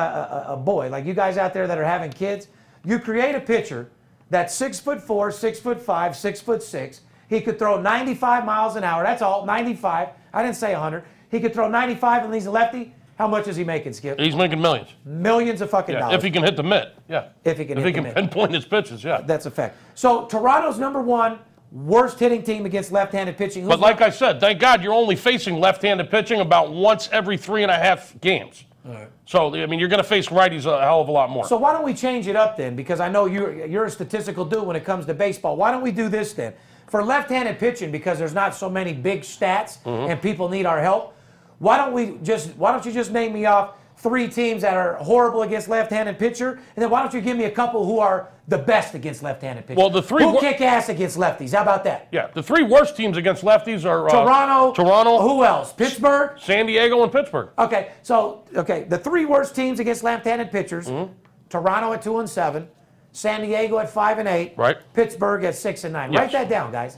a, a boy, like you guys out there that are having kids, you create a pitcher that's six foot four, six foot five, six foot six. He could throw 95 miles an hour. That's all, 95. I didn't say 100. He could throw 95 and he's a lefty. How much is he making, Skip?
He's making millions.
Millions of fucking
Yeah,
dollars.
if he can hit the mitt. Yeah.
If he can
If
hit the
he can
mitt.
pinpoint his pitches. Yeah.
That's a fact. So Toronto's number one worst hitting team against left-handed pitching. Who's
But like I said, thank God you're only facing left-handed pitching about once every three and a half games. So I mean, you're going to face righties a hell of a lot more.
So why don't we change it up then? Because I know you're you're a statistical dude when it comes to baseball. Why don't we do this then? For left-handed pitching, because there's not so many big stats
Mm-hmm.
and people need our help. Why don't we just why don't you just name me off three teams that are horrible against left-handed pitcher, and then why don't you give me a couple who are the best against left-handed pitcher?
Well, the three
who
wor-
kick ass against lefties. How about that?
yeah, the three worst teams against lefties are uh,
Toronto.
Toronto,
Who else? Pittsburgh.
San Diego, and Pittsburgh.
Okay, so okay, the three worst teams against left-handed pitchers:
Mm-hmm.
Toronto at two and seven, San Diego at five and eight,
Right.
Pittsburgh at six and nine.
Yes. Mm-hmm.
Write that down, guys.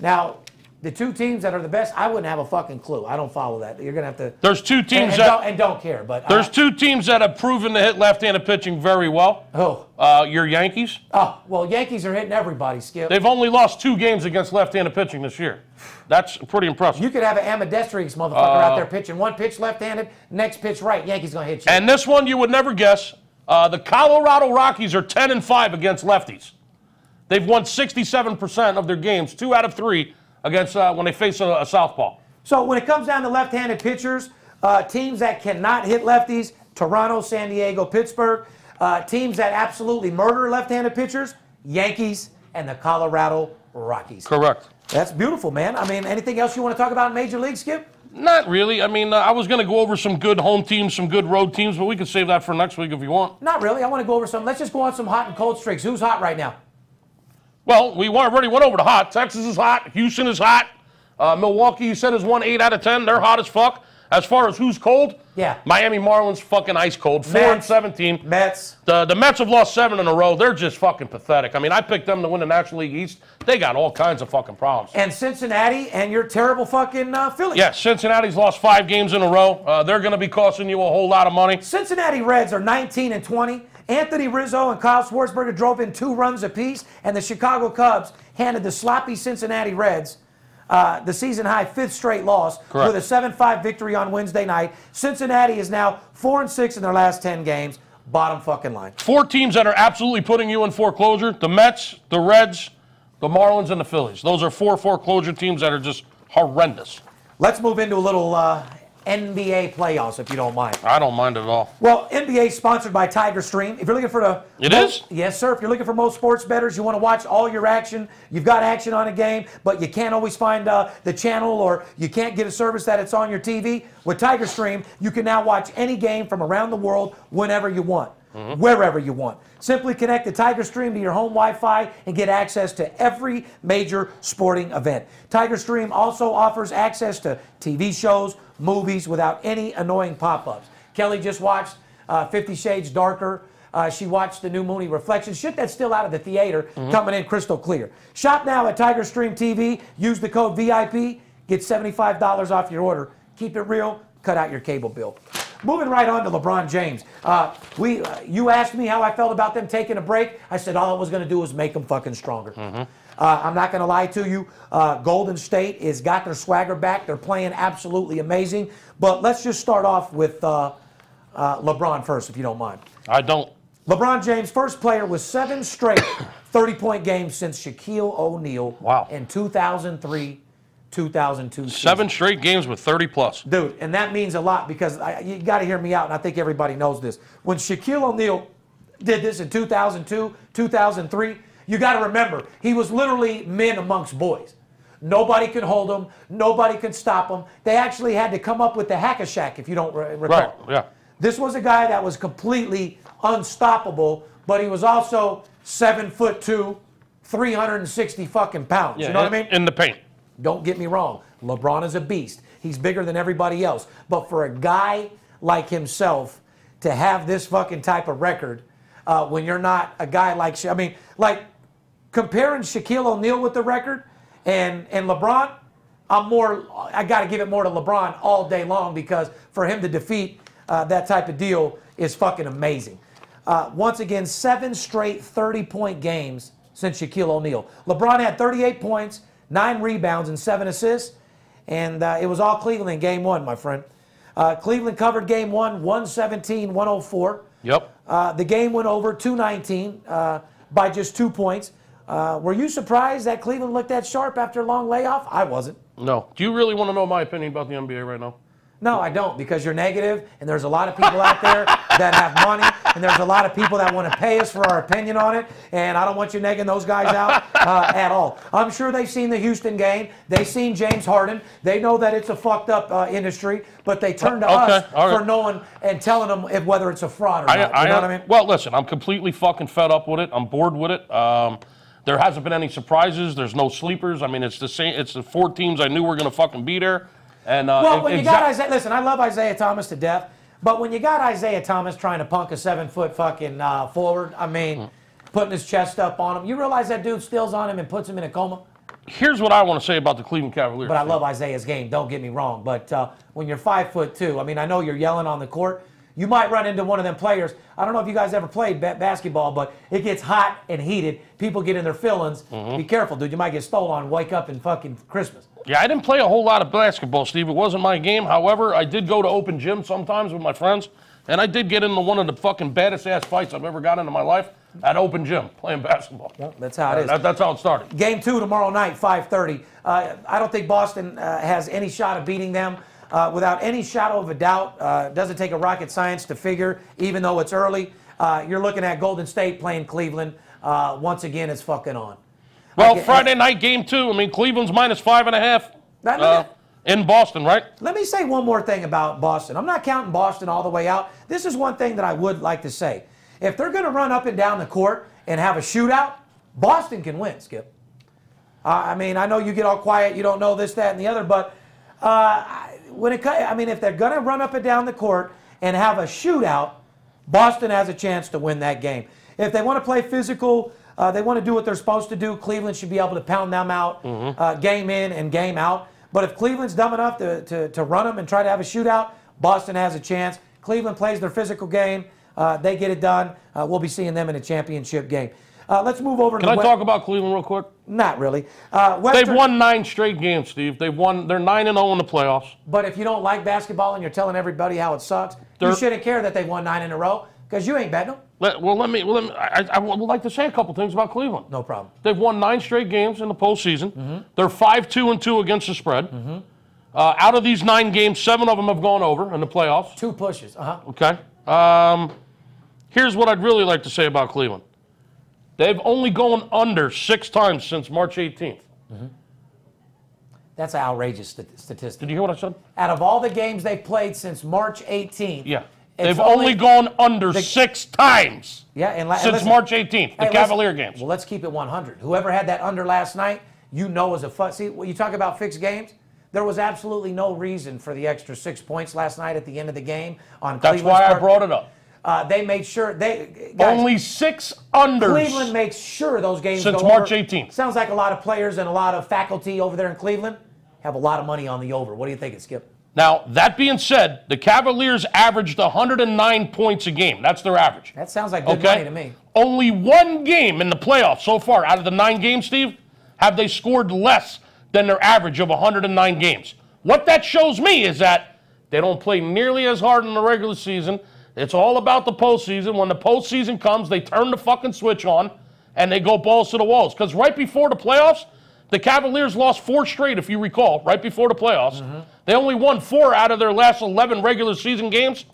Now, the two teams that are the best, I wouldn't have a fucking clue. I don't follow that. You're gonna have to.
There's two teams
and, and
that-
don't, and don't care, but uh,
There's
I,
two teams that have proven to hit left-handed pitching very well.
Oh,
Uh, your Yankees.
oh, well, Yankees are hitting everybody. Skip.
They've only lost two games against left-handed pitching this year. That's pretty impressive.
you could have an ambidextrous motherfucker out
Oh.
there pitching one pitch left-handed, next pitch right. Yankees gonna hit you.
And this one you would never guess. Uh, the Colorado Rockies are 10 and 5 against lefties. They've won 67% of their games, two out of three against uh, when they face a, a southpaw.
So when it comes down to left-handed pitchers, uh, teams that cannot hit lefties, Toronto, San Diego, Pittsburgh. Uh, teams that absolutely murder left-handed pitchers, Yankees and the Colorado Rockies.
Correct.
That's beautiful, man. I mean, anything else you want to talk about in Major League, Skip?
Not really. I mean, uh, I was going to go over some good home teams, some good road teams, but we can save that for next week if you want.
Not really. I want to go over some. Let's just go on some hot and cold streaks. Who's hot right now?
Well, we wa- already went over the hot. Texas is hot. Houston is hot. Uh, Milwaukee, you said, is one 8 out of 10. They're hot as fuck. As far as who's cold,
Yeah.
Miami Marlins fucking ice cold. 4 and
Mets.
17.
Mets.
The, the Mets have lost seven in a row. They're just fucking pathetic. I mean, I picked them to win the National League East. They got all kinds of fucking problems.
And Cincinnati and your terrible fucking uh, Phillies.
yeah, Cincinnati's lost five games in a row. Uh, they're going to be costing you a whole lot of money.
Cincinnati Reds are 19 and 20. Anthony Rizzo and Kyle Schwartzberger drove in two runs apiece, and the Chicago Cubs handed the sloppy Cincinnati Reds uh, the season high fifth straight loss
Correct.
with a 7 5 victory on Wednesday night. Cincinnati is now 4 and 6 in their last 10 games. Bottom fucking line.
Four teams that are absolutely putting you in foreclosure the Mets, the Reds, the Marlins, and the Phillies. Those are four foreclosure teams that are just horrendous.
Let's move into a little uh, NBA playoffs, if you don't mind.
I don't mind it at all.
Well, NBA is sponsored by Tiger Stream. If you're looking for the it
It
is
is?
yes, sir. If you're looking for most sports bettors, you want to watch all your action. You've got action on a game, but you can't always find uh, the channel, or you can't get a service that it's on your TV. With Tiger Stream, you can now watch any game from around the world whenever you want. Wherever you want. Simply connect the Tiger Stream to your home Wi Fi and get access to every major sporting event. Tiger Stream also offers access to TV shows, movies without any annoying pop ups. Kelly just watched uh, Fifty Shades Darker. Uh, she watched the new Mooney Reflection. Shit that's still out of the theater coming in crystal clear. Shop now at Tiger Stream TV. Use the code VIP. Get $75 off your order. Keep it real. Cut out your cable bill. Moving right on to LeBron James. Uh, we, uh, you asked me how I felt about them taking a break. I said all I was going to do was make them fucking stronger. Uh, I'm not going to lie to you. Uh, Golden State has got their swagger back. They're playing absolutely amazing. But let's just start off with uh, uh, LeBron first, if you don't mind.
I don't.
LeBron James, first player with seven straight 30 point games since Shaquille O'Neal
Wow.
in 2003 2002. season.
Seven straight games with 30 plus.
Dude, and that means a lot because I, you got to hear me out, and I think everybody knows this. When Shaquille O'Neal did this in 2002, 2003, you got to remember, he was literally men amongst boys. Nobody could hold him, nobody could stop him. They actually had to come up with the hack a shack, if you don't re- recall.
Right, yeah.
This was a guy that was completely unstoppable, but he was also seven foot two, 360 fucking pounds. you know what I mean?
In the paint.
Don't get me wrong, LeBron is a beast. He's bigger than everybody else. But for a guy like himself to have this fucking type of record, uh, when you're not a guy like, Sha- I mean, like comparing Shaquille O'Neal with the record and and LeBron, I'm more. I got to give it more to LeBron all day long because for him to defeat uh, that type of deal is fucking amazing. Uh, once again, seven straight 30-point games since Shaquille O'Neal. LeBron had 38 points, nine rebounds, and seven assists, and uh, it was all Cleveland in Game One, my friend. Uh, Cleveland covered Game One, 117-104.
Yep.
Uh, the game went over 219 uh, by just two points. Uh, were you surprised that Cleveland looked that sharp after a long layoff? I wasn't.
No. Do you really want to know my opinion about the NBA right now?
No, I don't, because you're negative, and there's a lot of people out there that have money, and there's a lot of people that want to pay us for our opinion on it, and I don't want you negging those guys out uh, at all. I'm sure they've seen the Houston game, they've seen James Harden, they know that it's a fucked up uh, industry, but they turn to
Okay,
us
all right.
for knowing and telling them if, whether it's a fraud or
I,
not. You
I,
know what I mean?
Well, listen, I'm completely fucking fed up with it. I'm bored with it. Um, there hasn't been any surprises. There's no sleepers. I mean, it's the same. It's the four teams I knew were going to fucking be there. And uh,
Well,
it-
when you
exac-
got Isaiah, listen, I love Isaiah Thomas to death, but when you got Isaiah Thomas trying to punk a seven foot fucking uh, forward, I mean, putting his chest up on him, you realize that dude steals on him and puts him in a coma.
here's what I want to say about the Cleveland Cavaliers.
But I love Isaiah's game. Don't get me wrong. But uh, when you're five foot two, I mean, I know you're yelling on the court. You might run into one of them players. I don't know if you guys ever played ba- basketball, but it gets hot and heated. People get in their feelings. Be careful, dude. You might get stolen. Wake up in fucking Christmas.
Yeah, I didn't play a whole lot of basketball, Steve. It wasn't my game. However, I did go to open gym sometimes with my friends, and I did get into one of the fucking baddest ass fights I've ever got into my life at open gym playing basketball. Uh,
That's how it is.
That- that's how it started.
Game two tomorrow night, 5:30. Uh, I don't think Boston uh, has any shot of beating them. Uh, without any shadow of a doubt, uh, doesn't take a rocket science to figure, even though it's early. Uh, you're looking at Golden State playing Cleveland. Uh, once again, it's fucking on.
Well,
get-
Friday night game two. I mean, Cleveland's minus five and a half
That-
uh, in Boston, right?
Let me say one more thing about Boston. I'm not counting Boston all the way out. This is one thing that I would like to say. If they're going to run up and down the court and have a shootout, Boston can win, Skip. I I mean, I know you get all quiet, you don't know this, that, and the other, but uh, I- when it, co- I mean, if they're going to run up and down the court and have a shootout, Boston has a chance to win that game. If they want to play physical, uh, they want to do what they're supposed to do. Cleveland should be able to pound them out,
Mm-hmm.
uh, game in and game out. But if Cleveland's dumb enough to, to, to run them and try to have a shootout, Boston has a chance. Cleveland plays their physical game. Uh, they get it done. Uh, we'll be seeing them in a championship game. Uh, let's move over to
Can I
the
talk about Cleveland real quick?
Not really. Uh,
They've
Western-
won nine straight games, Steve. They've won. They're nine and zero in the playoffs.
But if you don't like basketball and you're telling everybody how it sucks,
They're-
you shouldn't care that they won nine in a row because you ain't betting them.
Let, well, let me. Well, let me I, I would like to say a couple things about Cleveland.
No problem.
They've won nine straight games in the postseason.
Mm-hmm.
They're five two and two against the spread. Uh, out of these nine games, seven of them have gone over in the playoffs.
Two pushes. Uh huh.
Okay. Um, here's what I'd really like to say about Cleveland. They've only gone under six times since March 18th.
That's an outrageous st- statistic.
Did you hear what I said?
Out of all the games they've played since March 18th,
Yeah.
it's
They've only, gone under six times
yeah, and la-
since
listen-
March 18th, the
Hey, listen-
Cavalier games.
Well, let's keep it 100. Whoever had that under last night, you know is a fuss. See, when you talk about fixed games, there was absolutely no reason for the extra six points last night at the end of the game on
That's
Cleveland's
why I
part.
brought it up.
Uh, they made sure they guys,
Only six unders.
Cleveland makes sure those games
Since
go
March
over.
18th.
Sounds like a lot of players and a lot of faculty over there in Cleveland have a lot of money on the over. What do you think, it, Skip?
Now, that being said, the Cavaliers averaged 109 points a game. That's their average.
That sounds like good money to me.
Only one game in the playoffs so far out of the nine games, Steve, have they scored less than their average of 109 games. What that shows me is that they don't play nearly as hard in the regular season. It's all about the postseason. When the postseason comes, they turn the fucking switch on and they go balls to the walls. Because right before the playoffs, the Cavaliers lost four straight, if you recall, right before the playoffs.
Mm-hmm.
They only won four out of their last 11 regular season games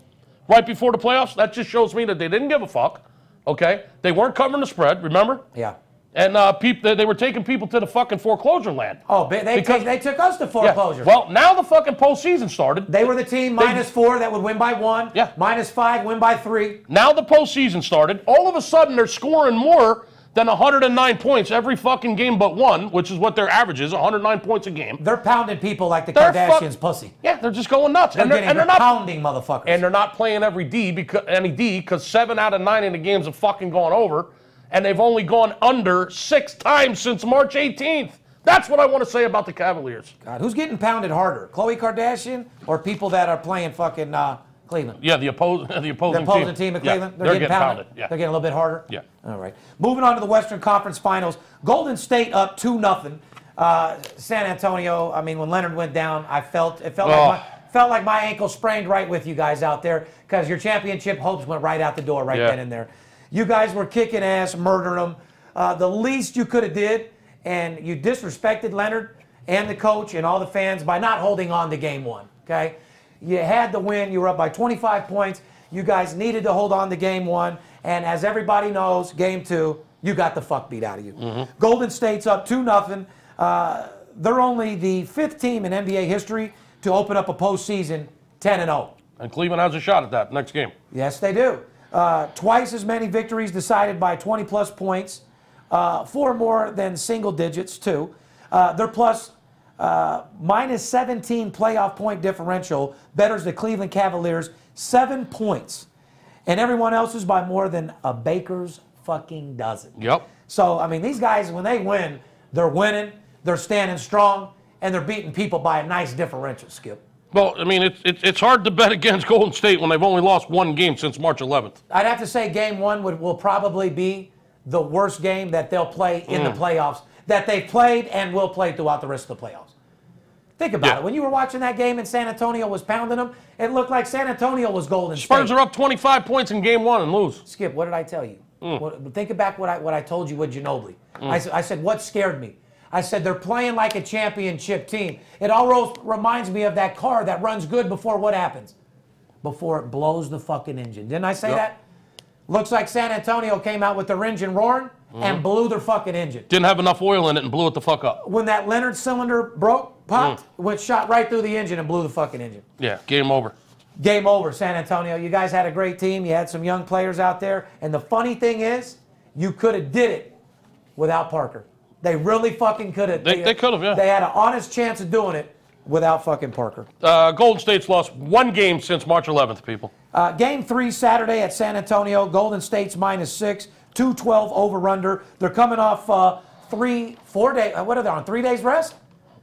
right before the playoffs. That just shows me that they didn't give a fuck. Okay, they weren't covering the spread. Remember?
Yeah.
And uh, peop- they, they were taking people to the fucking foreclosure land.
Oh, they they,
Because-
take- they took us to
Yeah.
foreclosure.
Well, now the fucking postseason started.
they were the team minus four that would win by one.
Yeah.
Minus five, win by three.
Now the postseason started. All of a sudden, they're scoring more than 109 points every fucking game but one, which is what their average is 109 points a game.
They're pounding people like the
They're
Kardashians'
fuck-
pussy.
Yeah, they're just going nuts.
They're
and they're,
getting
and they're
they're
not
pounding motherfuckers.
and they're not playing every D because any D because seven out of nine in the games have fucking gone over, and they've only gone under six times since March 18th. That's what I want to say about the Cavaliers.
God, who's getting pounded harder, Khloe Kardashian or people that are playing fucking uh, Cleveland?
Yeah, the opposing the
The
opposing,
opposing team in
Yeah,
Cleveland,
they're, getting, pounded. Yeah.
They're getting a little bit harder.
Yeah.
All right. Moving on to the Western Conference Finals. Golden State up two nothing. Uh, San Antonio. I mean, when Leonard went down, I felt it felt
Oh.
like my, felt like my ankle sprained right with you guys out there because your championship hopes went right out the door right
Yeah.
then and there. You guys were kicking ass, murdering them. Uh, the least you could have did, and you disrespected Leonard and the coach and all the fans by not holding on to game one. Okay, you had the win. You were up by 25 points. You guys needed to hold on to game one, and as everybody knows, game two, you got the fuck beat out of you. Golden State's up two nothing. Uh, they're only the fifth team in NBA history to open up a postseason 10 and 0.
And Cleveland has a shot at that next game.
Yes, they do. Uh, twice as many victories decided by 20 plus points, uh, four more than single digits, too. Uh, they're plus uh, minus 17 playoff point differential, betters the Cleveland Cavaliers, seven points. And everyone else is by more than a baker's fucking dozen.
Yep.
So, I mean, these guys, when they win, they're winning, they're standing strong, and they're beating people by a nice differential, Skip.
Well, I mean, it's it's it's hard to bet against Golden State when they've only lost one game since March 11th.
I'd have to say game one would, will probably be the worst game that they'll play in
Mm.
the playoffs that they've played and will play throughout the rest of the playoffs. Think about
Yeah.
it. When you were watching that game and San Antonio was pounding them, it looked like San Antonio was Golden
Spurs
State.
are up 25 points in game one and lose.
Skip, what did I tell you? What, think back what I, what I told you with Ginobili. I, s- I said, what scared me? I said, they're playing like a championship team. It almost reminds me of that car that runs good before what happens? Before it blows the fucking engine. Didn't I say
Yep.
that? Looks like San Antonio came out with their engine roaring and blew their fucking engine.
Didn't have enough oil in it and blew it the fuck up.
When that Leonard cylinder broke, popped, went shot right through the engine and blew the fucking engine.
Yeah, game over.
Game over, San Antonio. You guys had a great team. You had some young players out there, and the funny thing is, you could have did it without Parker. They really fucking could have.
They- they could've, yeah.
They had an honest chance of doing it without fucking Parker.
Uh, Golden State's lost one game since March 11th, people.
Uh, game three Saturday at San Antonio. Golden State's minus six, 212 over under. They're coming off uh, three, four days. What are they on? Three days rest?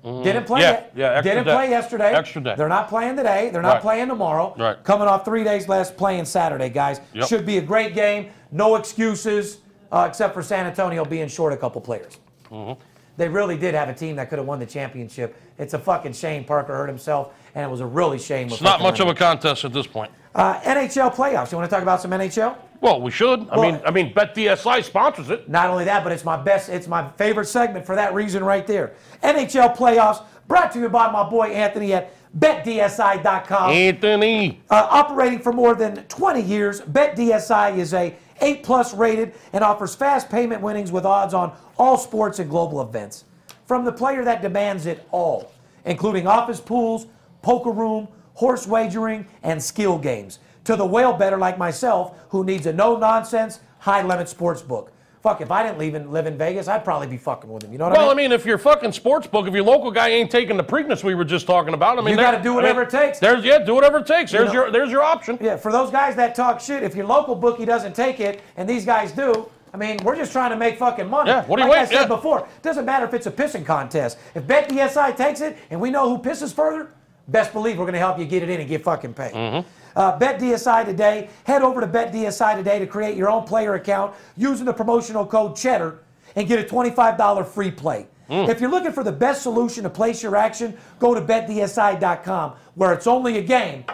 Didn't play
Mm-hmm. Yeah,
yet.
yeah, extra
Didn't
day.
play yesterday.
Extra day.
They're not playing today. They're not
Right.
playing tomorrow.
Right.
Coming off three days less, playing Saturday, guys.
Yep.
Should be a great game. No excuses, uh, except for San Antonio being short a couple players.
Mm-hmm.
They really did have a team that could have won the championship. It's a fucking shame Parker hurt himself, and it was a really shame.
It's not much of a contest at this point.
Uh, NHL playoffs. You want to talk about some NHL?
Well, we should. I mean,
Well-
I mean, BetDSI sponsors it.
Not only that, but it's my best, it's my favorite segment for that reason right there. NHL playoffs brought to you by my boy Anthony at betdsi.com.
Anthony,
Uh, operating for more than 20 years, BetDSI is a 8 plus rated and offers fast payment winnings with odds on all sports and global events. From the player that demands it all, including office pools, poker room, horse wagering, and skill games, to the whale better like myself who needs a no nonsense, high limit sports book. Fuck, if I didn't live in, live in Vegas, I'd probably be fucking with him. You know what
Well,
I
I
mean?
mean, if your fucking sports book, if your local guy ain't taking the Preakness we were just talking about, I mean,
You
there-
gotta do whatever
I mean,
it takes.
There's yeah, do whatever it takes. There's
know-
your there's your option.
yeah, for those guys that talk shit, if your local bookie doesn't take it and these guys do, I mean, we're just trying to make fucking money.
Yeah, what do you
like I
wait-
said
yeah.
before, it doesn't matter if it's a pissing contest. If BetDSI takes it and we know who pisses further, best believe we're going to help you get it in and get fucking paid.
Mm-hmm.
Uh, BetDSI today. Head over to BetDSI today to create your own player account using the promotional code Cheddar and get a $25 free play.
Mm.
If you're looking for the best solution to place your action, go to betdsi.com where it's only a game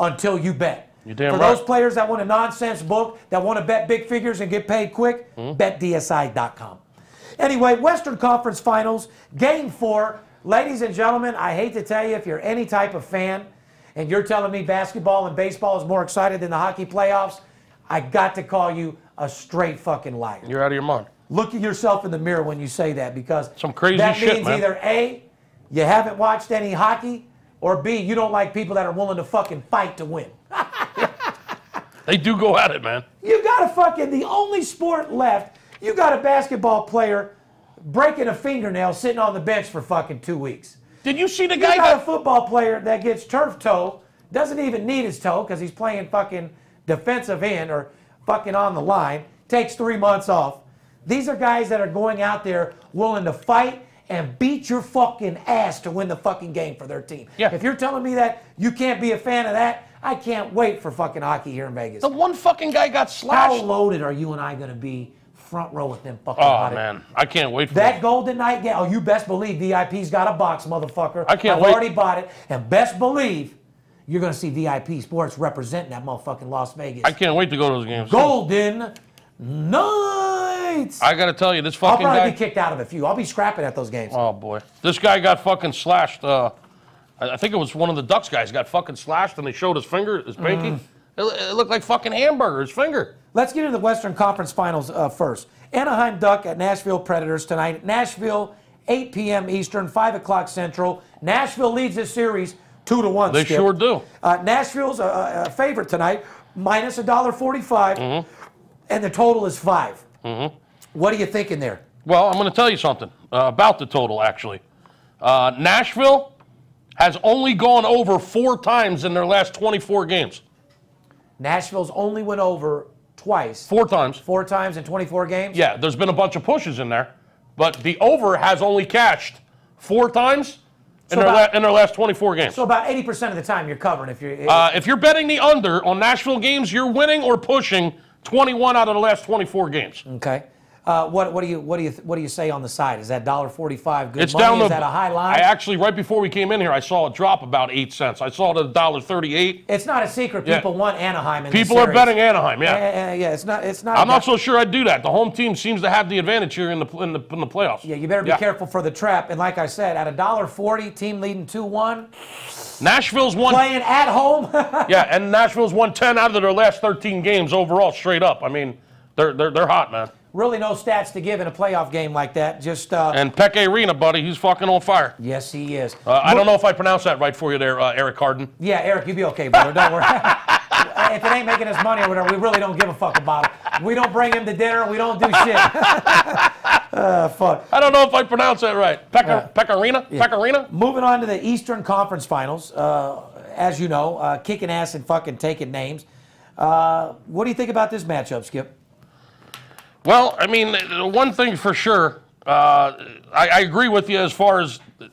until you bet.
You're damn
For
right.
those players that want a nonsense book, that want to bet big figures and get paid quick,
Mm-hmm.
betdsi.com. Anyway, Western Conference Finals, Game Four. Ladies and gentlemen, I hate to tell you, if you're any type of fan and you're telling me basketball and baseball is more excited than the hockey playoffs, I got to call you a straight fucking liar
You're out of your mind.
look at yourself in the mirror when you say that because
Some crazy
that
shit,
means
man.
either a you haven't watched any hockey or b you don't like people that are willing to fucking fight to win
They do go at it, man.
you got a fucking the only sport left you got a basketball player breaking a fingernail sitting on the bench for fucking two weeks
Did you see the
you
guy?
got a
that-
football player that gets turf toe doesn't even need his toe because he's playing fucking defensive end or fucking on the line takes three months off these are guys that are going out there willing to fight and beat your fucking ass to win the fucking game for their team
Yeah.
if you're telling me that you can't be a fan of that i can't wait for fucking hockey here in vegas
the one fucking guy got
how
slashed.
loaded are you and i going to be front row with them fucking
Oh
hot-
man, I can't wait for
that Golden Knight game. Oh, you best believe VIP's got a box, motherfucker.
I can't
I've
wait.
already bought it, and best believe you're gonna see VIP Sports representing that motherfucking Las Vegas.
I can't wait to go to those games.
Golden Knights.
I gotta tell you, this
will
fucking
probably
guy.
be kicked out of a few. I'll be scrapping at those games.
Oh boy, this guy got fucking slashed. Uh, I I think it was one of the Ducks guys got fucking slashed, and they showed his finger, his pinky.
Mm-hmm.
It, lo- it looked like fucking hamburger, his finger.
Let's get into the Western Conference Finals uh, first. Anaheim Duck at Nashville Predators tonight. Nashville, 8 p.m. Eastern, 5 o'clock Central. Nashville leads this series two to one.
They
Skip.
sure do.
Uh, Nashville's a, a- a favorite tonight, minus a dollar forty-five,
Mm-hmm.
and the total is 5 What are you thinking there?
Well, I'm going to tell you something uh, about the total, actually. Uh, Nashville has only gone over four times in their last 24 games.
Nashville's only went over twice,
Four times.
four times in twenty-four games.
Yeah, there's been a bunch of pushes in there, but the over has only cashed four times in, their,
about-
la- in their last 24 games.
So about eighty percent of the time you're covering if you're.
uh, if you're betting the under on Nashville games, you're winning or pushing 21 out of the last 24 games.
Okay. Uh, what what do you what do you what do you say on the side? Is that dollar forty five good
It's
money?
down to
Is that a high line?
I actually right before we came in here, I saw it drop about eight cents. I saw it at $1.38.
it's not a secret.
Yeah.
People want Anaheim. In
People
this
are
series.
betting Anaheim. Yeah.
Yeah, yeah, yeah, it's not. It's not.
I'm
about-
not so sure I'd do that. The home team seems to have the advantage here in the in the, in the playoffs.
Yeah, you better be careful for the trap. And like I said, at a dollar forty, team leading two one,
Nashville's won.
playing at home.
Yeah, and Nashville's won 10 out of their last 13 games overall, straight up. I mean, they're they're, they're hot, man.
really, no stats to give in a playoff game like that. Just uh,
And Peke Arena, buddy, he's fucking on fire.
yes, he is.
Uh, I don't know if I pronounced that right for you there, uh, Eric Harden.
Yeah, Eric, you be okay, brother. Don't worry. if it ain't making us money or whatever, we really don't give a fuck about it. We don't bring him to dinner. We don't do shit. uh, fuck.
I don't know if I pronounced that right. Peke, Peke Arena? Peke Arena?
Moving on to the Eastern Conference Finals, uh, as you know, uh, kicking ass and fucking taking names. Uh, what do you think about this matchup, Skip?
Well, I mean, uh, one thing for sure, uh, I, I agree with you as far as uh,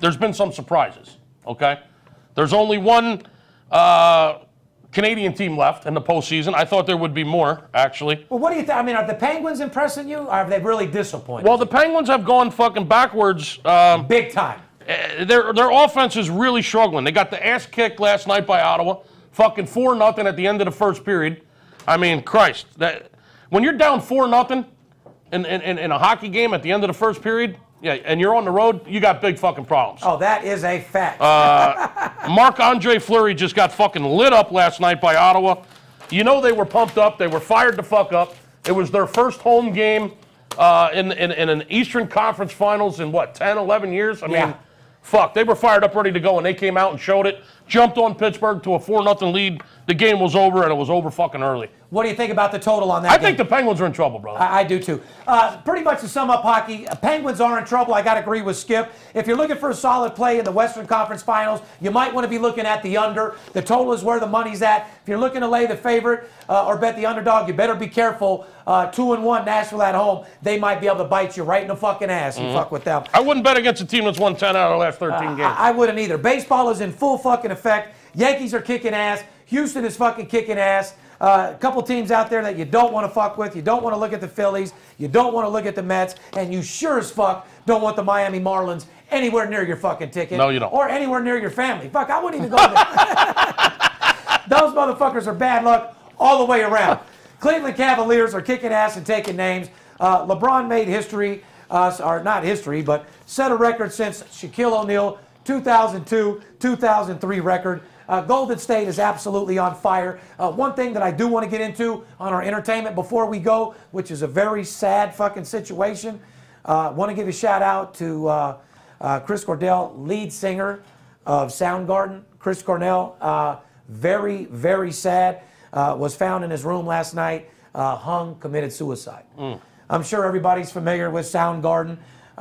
there's been some surprises. Okay, there's only one uh, Canadian team left in the postseason. I thought there would be more, actually.
Well, what do you think? I mean, are the Penguins impressing you, or have they really disappointed?
Well, the Penguins have gone fucking backwards. Um,
big time.
Uh, their their offense is really struggling. They got the ass kicked last night by Ottawa, fucking four nothing at the end of the first period. I mean, Christ, that when you're down four nothing in, in, in in a hockey game at the end of the first period, yeah, and you're on the road, you got big fucking problems.
Oh, that is a fact.
Uh, Marc Andre Fleury just got fucking lit up last night by Ottawa. You know they were pumped up. They were fired to fuck up. It was their first home game uh, in, in in an Eastern Conference Finals in what 10, 11 years. I mean,
Yeah.
fuck, they were fired up, ready to go, and they came out and showed it. Jumped on Pittsburgh to a four 0 lead. The game was over, and it was over fucking early.
What do you think about the total on that?
I
game?
think the Penguins are in trouble, brother.
I, I do too. Uh, pretty much to sum up hockey, uh, Penguins are in trouble. I got to agree with Skip. If you're looking for a solid play in the Western Conference Finals, you might want to be looking at the under. The total is where the money's at. If you're looking to lay the favorite uh, or bet the underdog, you better be careful. Uh, two and one Nashville at home, they might be able to bite you right in the fucking ass. You fuck with them.
I wouldn't bet against a team that's won 10 out of the last 13 games.
I, I wouldn't either. Baseball is in full fucking effect. Yankees are kicking ass. Houston is fucking kicking ass. Uh, a couple teams out there that you don't want to fuck with. You don't want to look at the Phillies. You don't want to look at the Mets. And you sure as fuck don't want the Miami Marlins anywhere near your fucking ticket.
No, you don't.
Or anywhere near your family. Fuck, I wouldn't even go there. Those motherfuckers are bad luck all the way around. Cleveland Cavaliers are kicking ass and taking names. Uh, LeBron made history, uh, or not history, but set a record since Shaquille O'Neal 2002 2003 record. Uh, Golden State is absolutely on fire. Uh, one thing that I do want to get into on our entertainment before we go, which is a very sad fucking situation, uh, want to give a shout out to uh, uh, Chris Cordell, lead singer of Soundgarden. Chris Cornell, uh, very, very sad, uh, was found in his room last night, uh, hung, committed suicide. I'm sure everybody's familiar with Soundgarden. Uh,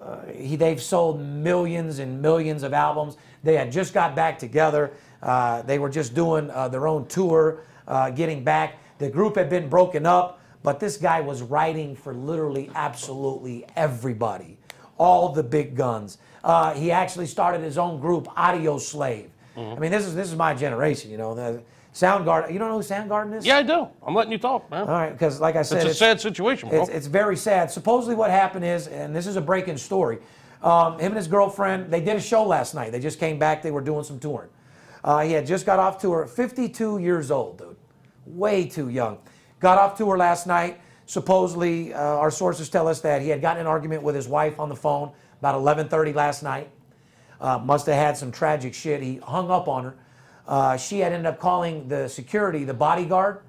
uh, he, they've sold millions and millions of albums. They had just got back together. Uh, they were just doing uh, their own tour, uh, getting back. The group had been broken up, but this guy was writing for literally absolutely everybody, all the big guns. Uh, he actually started his own group, Audio Slave.
Mm-hmm.
I mean, this is this is my generation, you know. The Soundgarden. You don't know who Soundgarden is?
yeah, I do. I'm letting you talk, man.
All right, because like I said,
it's a sad situation, bro.
it's, it's very sad. Supposedly, what happened is, and this is a breaking story. Um, him and his girlfriend, they did a show last night. They just came back. They were doing some touring. Uh, he had just got off tour. 52 years old, dude, way too young. Got off tour last night. Supposedly, uh, our sources tell us that he had gotten in an argument with his wife on the phone about 11:30 last night. Uh, must have had some tragic shit. He hung up on her. Uh, she had ended up calling the security, the bodyguard,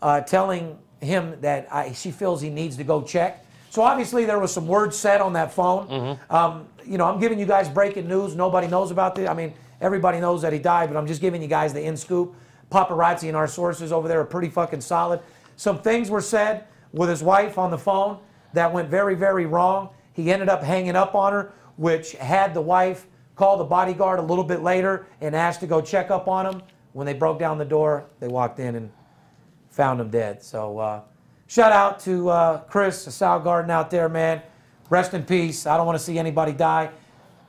uh, telling him that I, she feels he needs to go check. So obviously there was some words said on that phone. Um, you know, I'm giving you guys breaking news. Nobody knows about this. I mean, everybody knows that he died, but I'm just giving you guys the in scoop. Paparazzi and our sources over there are pretty fucking solid. Some things were said with his wife on the phone that went very, very wrong. He ended up hanging up on her, which had the wife call the bodyguard a little bit later and asked to go check up on him. When they broke down the door, they walked in and found him dead. So uh, shout out to uh, Chris Sal Garden out there, man. Rest in peace. I don't want to see anybody die.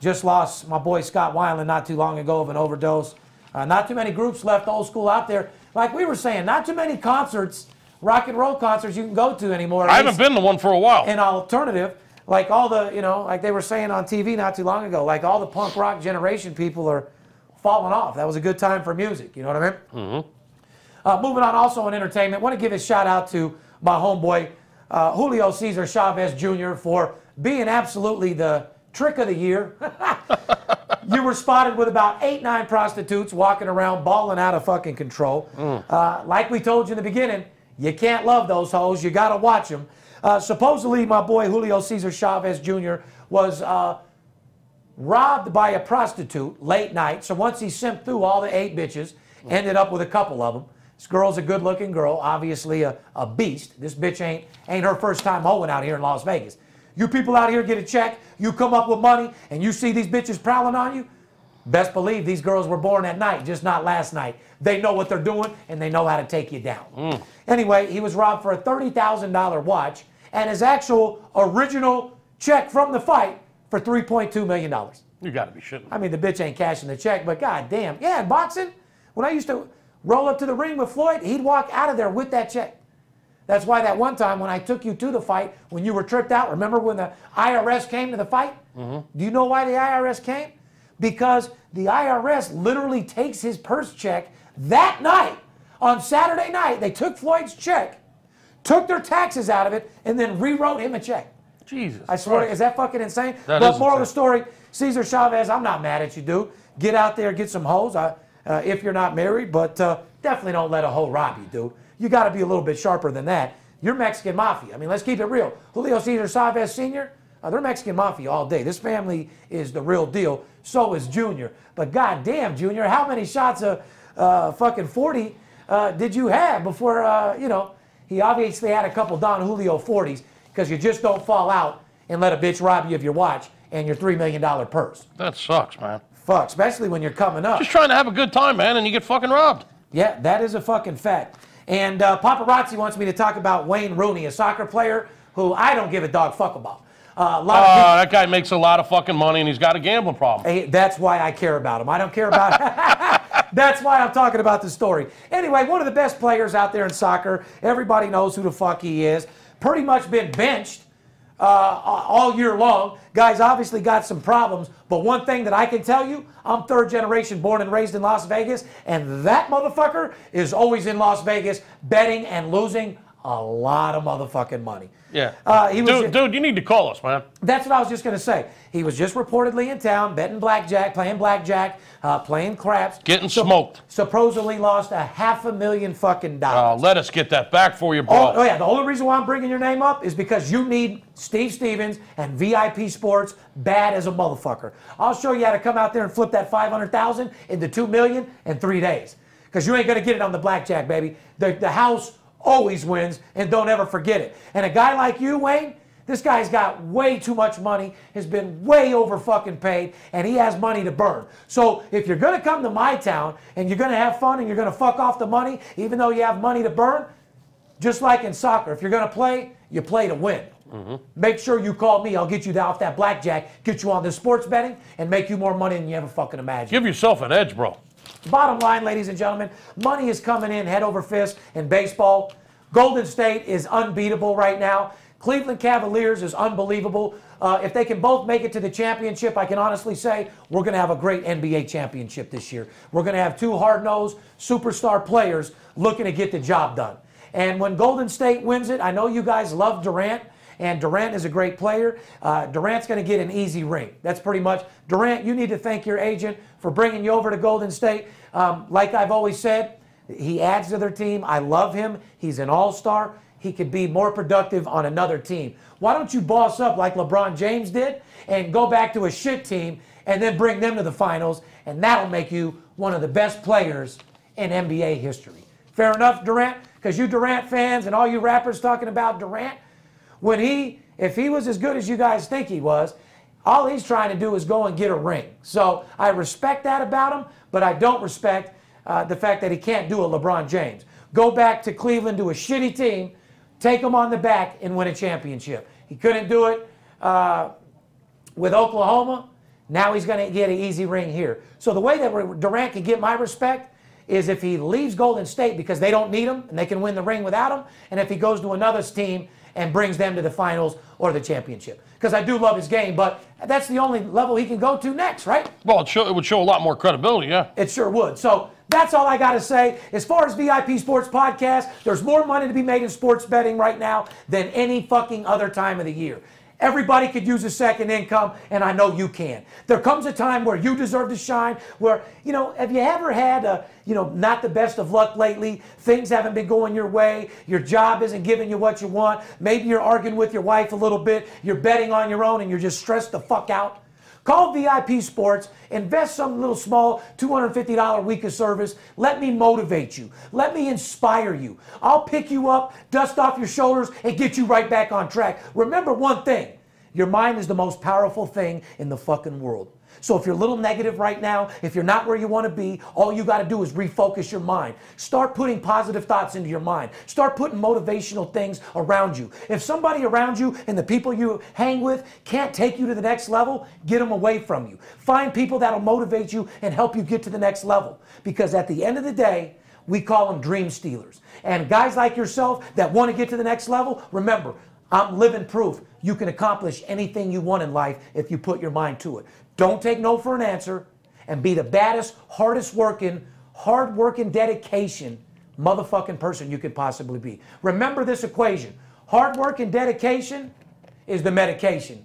Just lost my boy Scott Weiland not too long ago of an overdose. Uh, not too many groups left old school out there. Like we were saying, not too many concerts, rock and roll concerts you can go to anymore.
I haven't been to one for a while.
an alternative. Like all the, you know, like they were saying on TV not too long ago, like all the punk rock generation people are falling off. That was a good time for music. You know what I mean? Uh, moving on, also in entertainment, want to give a shout out to my homeboy uh, Julio Cesar Chavez Jr. for being absolutely the trick of the year. you were spotted with about eight, nine prostitutes walking around, balling out of fucking control. Uh, like we told you in the beginning, you can't love those hoes. You got to watch them. Uh, supposedly, my boy Julio Cesar Chavez Jr. was. Uh, robbed by a prostitute late night. So once he simped through all the eight bitches, ended up with a couple of them. This girl's a good-looking girl, obviously a, a beast. This bitch ain't ain't her first time hoeing out here in Las Vegas. You people out here get a check, you come up with money, and you see these bitches prowling on you. Best believe these girls were born at night, just not last night. They know what they're doing and they know how to take you down. Anyway, he was robbed for a $30,000 watch and his actual original check from the fight for $3.2 million.
you got to be shitting.
I mean, the bitch ain't cashing the check, but goddamn. Yeah, in boxing, when I used to roll up to the ring with Floyd, he'd walk out of there with that check. That's why that one time when I took you to the fight, when you were tripped out, remember when the IRS came to the fight? Do you know why the IRS came? Because the IRS literally takes his purse check that night. On Saturday night, they took Floyd's check, took their taxes out of it, and then rewrote him a check.
Jesus.
I swear,
Christ.
is that fucking insane?
That
but
is
moral of the
insane.
story, Cesar Chavez, I'm not mad at you, dude. Get out there, get some hoes I, uh, if you're not married, but uh, definitely don't let a hoe rob you, dude. You got to be a little bit sharper than that. You're Mexican mafia. I mean, let's keep it real. Julio Cesar Chavez Sr., uh, they're Mexican mafia all day. This family is the real deal. So is Junior. But goddamn, Junior, how many shots of uh, fucking 40 uh, did you have before, uh, you know, he obviously had a couple Don Julio 40s because you just don't fall out and let a bitch rob you of your watch and your $3 million purse.
That sucks, man.
Fuck, especially when you're coming up.
Just trying to have a good time, man, and you get fucking robbed.
Yeah, that is a fucking fact. And uh, paparazzi wants me to talk about Wayne Rooney, a soccer player who I don't give a dog fuck about. Uh, a lot
Oh,
of people-
that guy makes a lot of fucking money and he's got a gambling problem.
Hey, that's why I care about him. I don't care about. that's why I'm talking about the story. Anyway, one of the best players out there in soccer. Everybody knows who the fuck he is. Pretty much been benched uh, all year long. Guys obviously got some problems, but one thing that I can tell you, I'm third generation, born and raised in Las Vegas, and that motherfucker is always in Las Vegas betting and losing a lot of motherfucking money.
Yeah.
Uh, he was
dude, dude, you need to call us, man.
that's what I was just going to say. He was just reportedly in town betting blackjack, playing blackjack, uh, playing craps.
Getting smoked.
Supposedly lost a half a million fucking
Uh,
dollars.
let us get that back for you, bro.
Oh, oh, yeah. The only reason why I'm bringing your name up is because you need Steve Stevens and VIP Sports bad as a motherfucker. I'll show you how to come out there and flip that 500,000 into 2 million in three days. Because you ain't going to get it on the blackjack, baby. The, the house always wins, and don't ever forget it. And a guy like you, Wayne, this guy's got way too much money, has been way over fucking paid, and he has money to burn. So if you're gonna come to my town and you're gonna have fun and you're gonna fuck off the money, even though you have money to burn, just like in soccer, if you're going to play, you play to win. Make sure you call me. I'll get you off that blackjack, get you on the sports betting, and make you more money than you ever fucking imagined.
Give yourself an edge, bro.
Bottom line, ladies and gentlemen, money is coming in head over fist in baseball. Golden State is unbeatable right now. Cleveland Cavaliers is unbelievable. Uh, if they can both make it to the championship, I can honestly say we're going to have a great NBA championship this year. We're going to have two hard nosed superstar players looking to get the job done. And when Golden State wins it, I know you guys love Durant. And Durant is a great player. Uh, Durant's going to get an easy ring. That's pretty much Durant. You need to thank your agent for bringing you over to Golden State. Um, like I've always said, he adds to their team. I love him. He's an all star. He could be more productive on another team. Why don't you boss up like LeBron James did and go back to a shit team and then bring them to the finals? And that'll make you one of the best players in NBA history. Fair enough, Durant? Because you Durant fans and all you rappers talking about Durant, when he if he was as good as you guys think he was all he's trying to do is go and get a ring so i respect that about him but i don't respect uh, the fact that he can't do a lebron james go back to cleveland to a shitty team take him on the back and win a championship he couldn't do it uh, with oklahoma now he's going to get an easy ring here so the way that durant can get my respect is if he leaves Golden State because they don't need him and they can win the ring without him, and if he goes to another team and brings them to the finals or the championship. Because I do love his game, but that's the only level he can go to next, right?
Well, it, show, it would show a lot more credibility, yeah.
It sure would. So that's all I got to say. As far as VIP Sports Podcast, there's more money to be made in sports betting right now than any fucking other time of the year. Everybody could use a second income, and I know you can. There comes a time where you deserve to shine. Where you know, have you ever had a you know not the best of luck lately? Things haven't been going your way. Your job isn't giving you what you want. Maybe you're arguing with your wife a little bit. You're betting on your own, and you're just stressed the fuck out. Call VIP Sports, invest some little small $250 week of service. Let me motivate you. Let me inspire you. I'll pick you up, dust off your shoulders, and get you right back on track. Remember one thing your mind is the most powerful thing in the fucking world. So if you're a little negative right now, if you're not where you want to be, all you got to do is refocus your mind. Start putting positive thoughts into your mind. Start putting motivational things around you. If somebody around you and the people you hang with can't take you to the next level, get them away from you. Find people that'll motivate you and help you get to the next level. Because at the end of the day, we call them dream stealers. And guys like yourself that want to get to the next level, remember, I'm living proof you can accomplish anything you want in life if you put your mind to it. Don't take no for an answer and be the baddest, hardest working, hard working dedication motherfucking person you could possibly be. Remember this equation hard work and dedication is the medication.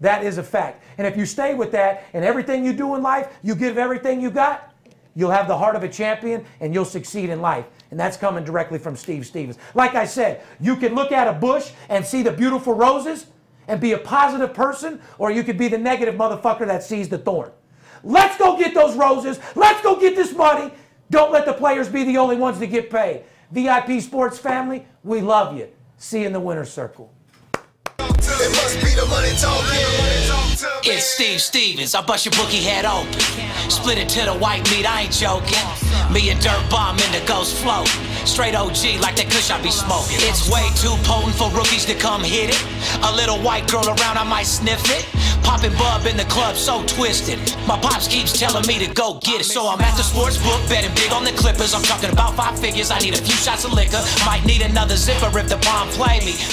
That is a fact. And if you stay with that and everything you do in life, you give everything you got, you'll have the heart of a champion and you'll succeed in life. And that's coming directly from Steve Stevens. Like I said, you can look at a bush and see the beautiful roses and be a positive person, or you could be the negative motherfucker that sees the thorn. Let's go get those roses. Let's go get this money.
Don't let the players be the only ones to get paid. VIP Sports family, we love you. See you in the winner's circle.
It must be the money talking.
It's Steve Stevens. I bust your bookie head open. Split it to the white meat, I ain't joking. Me and Dirt Bomb in the ghost float. Straight OG like that kush I be smoking. It's way too potent for rookies to come hit it. A little white girl around, I might sniff it. Popping bub in the club, so twisted. My pops keeps telling me to go get it. So I'm at the sports book, betting big on the Clippers. I'm talking about five figures. I need a few shots of liquor. Might need another zipper if the bomb play me.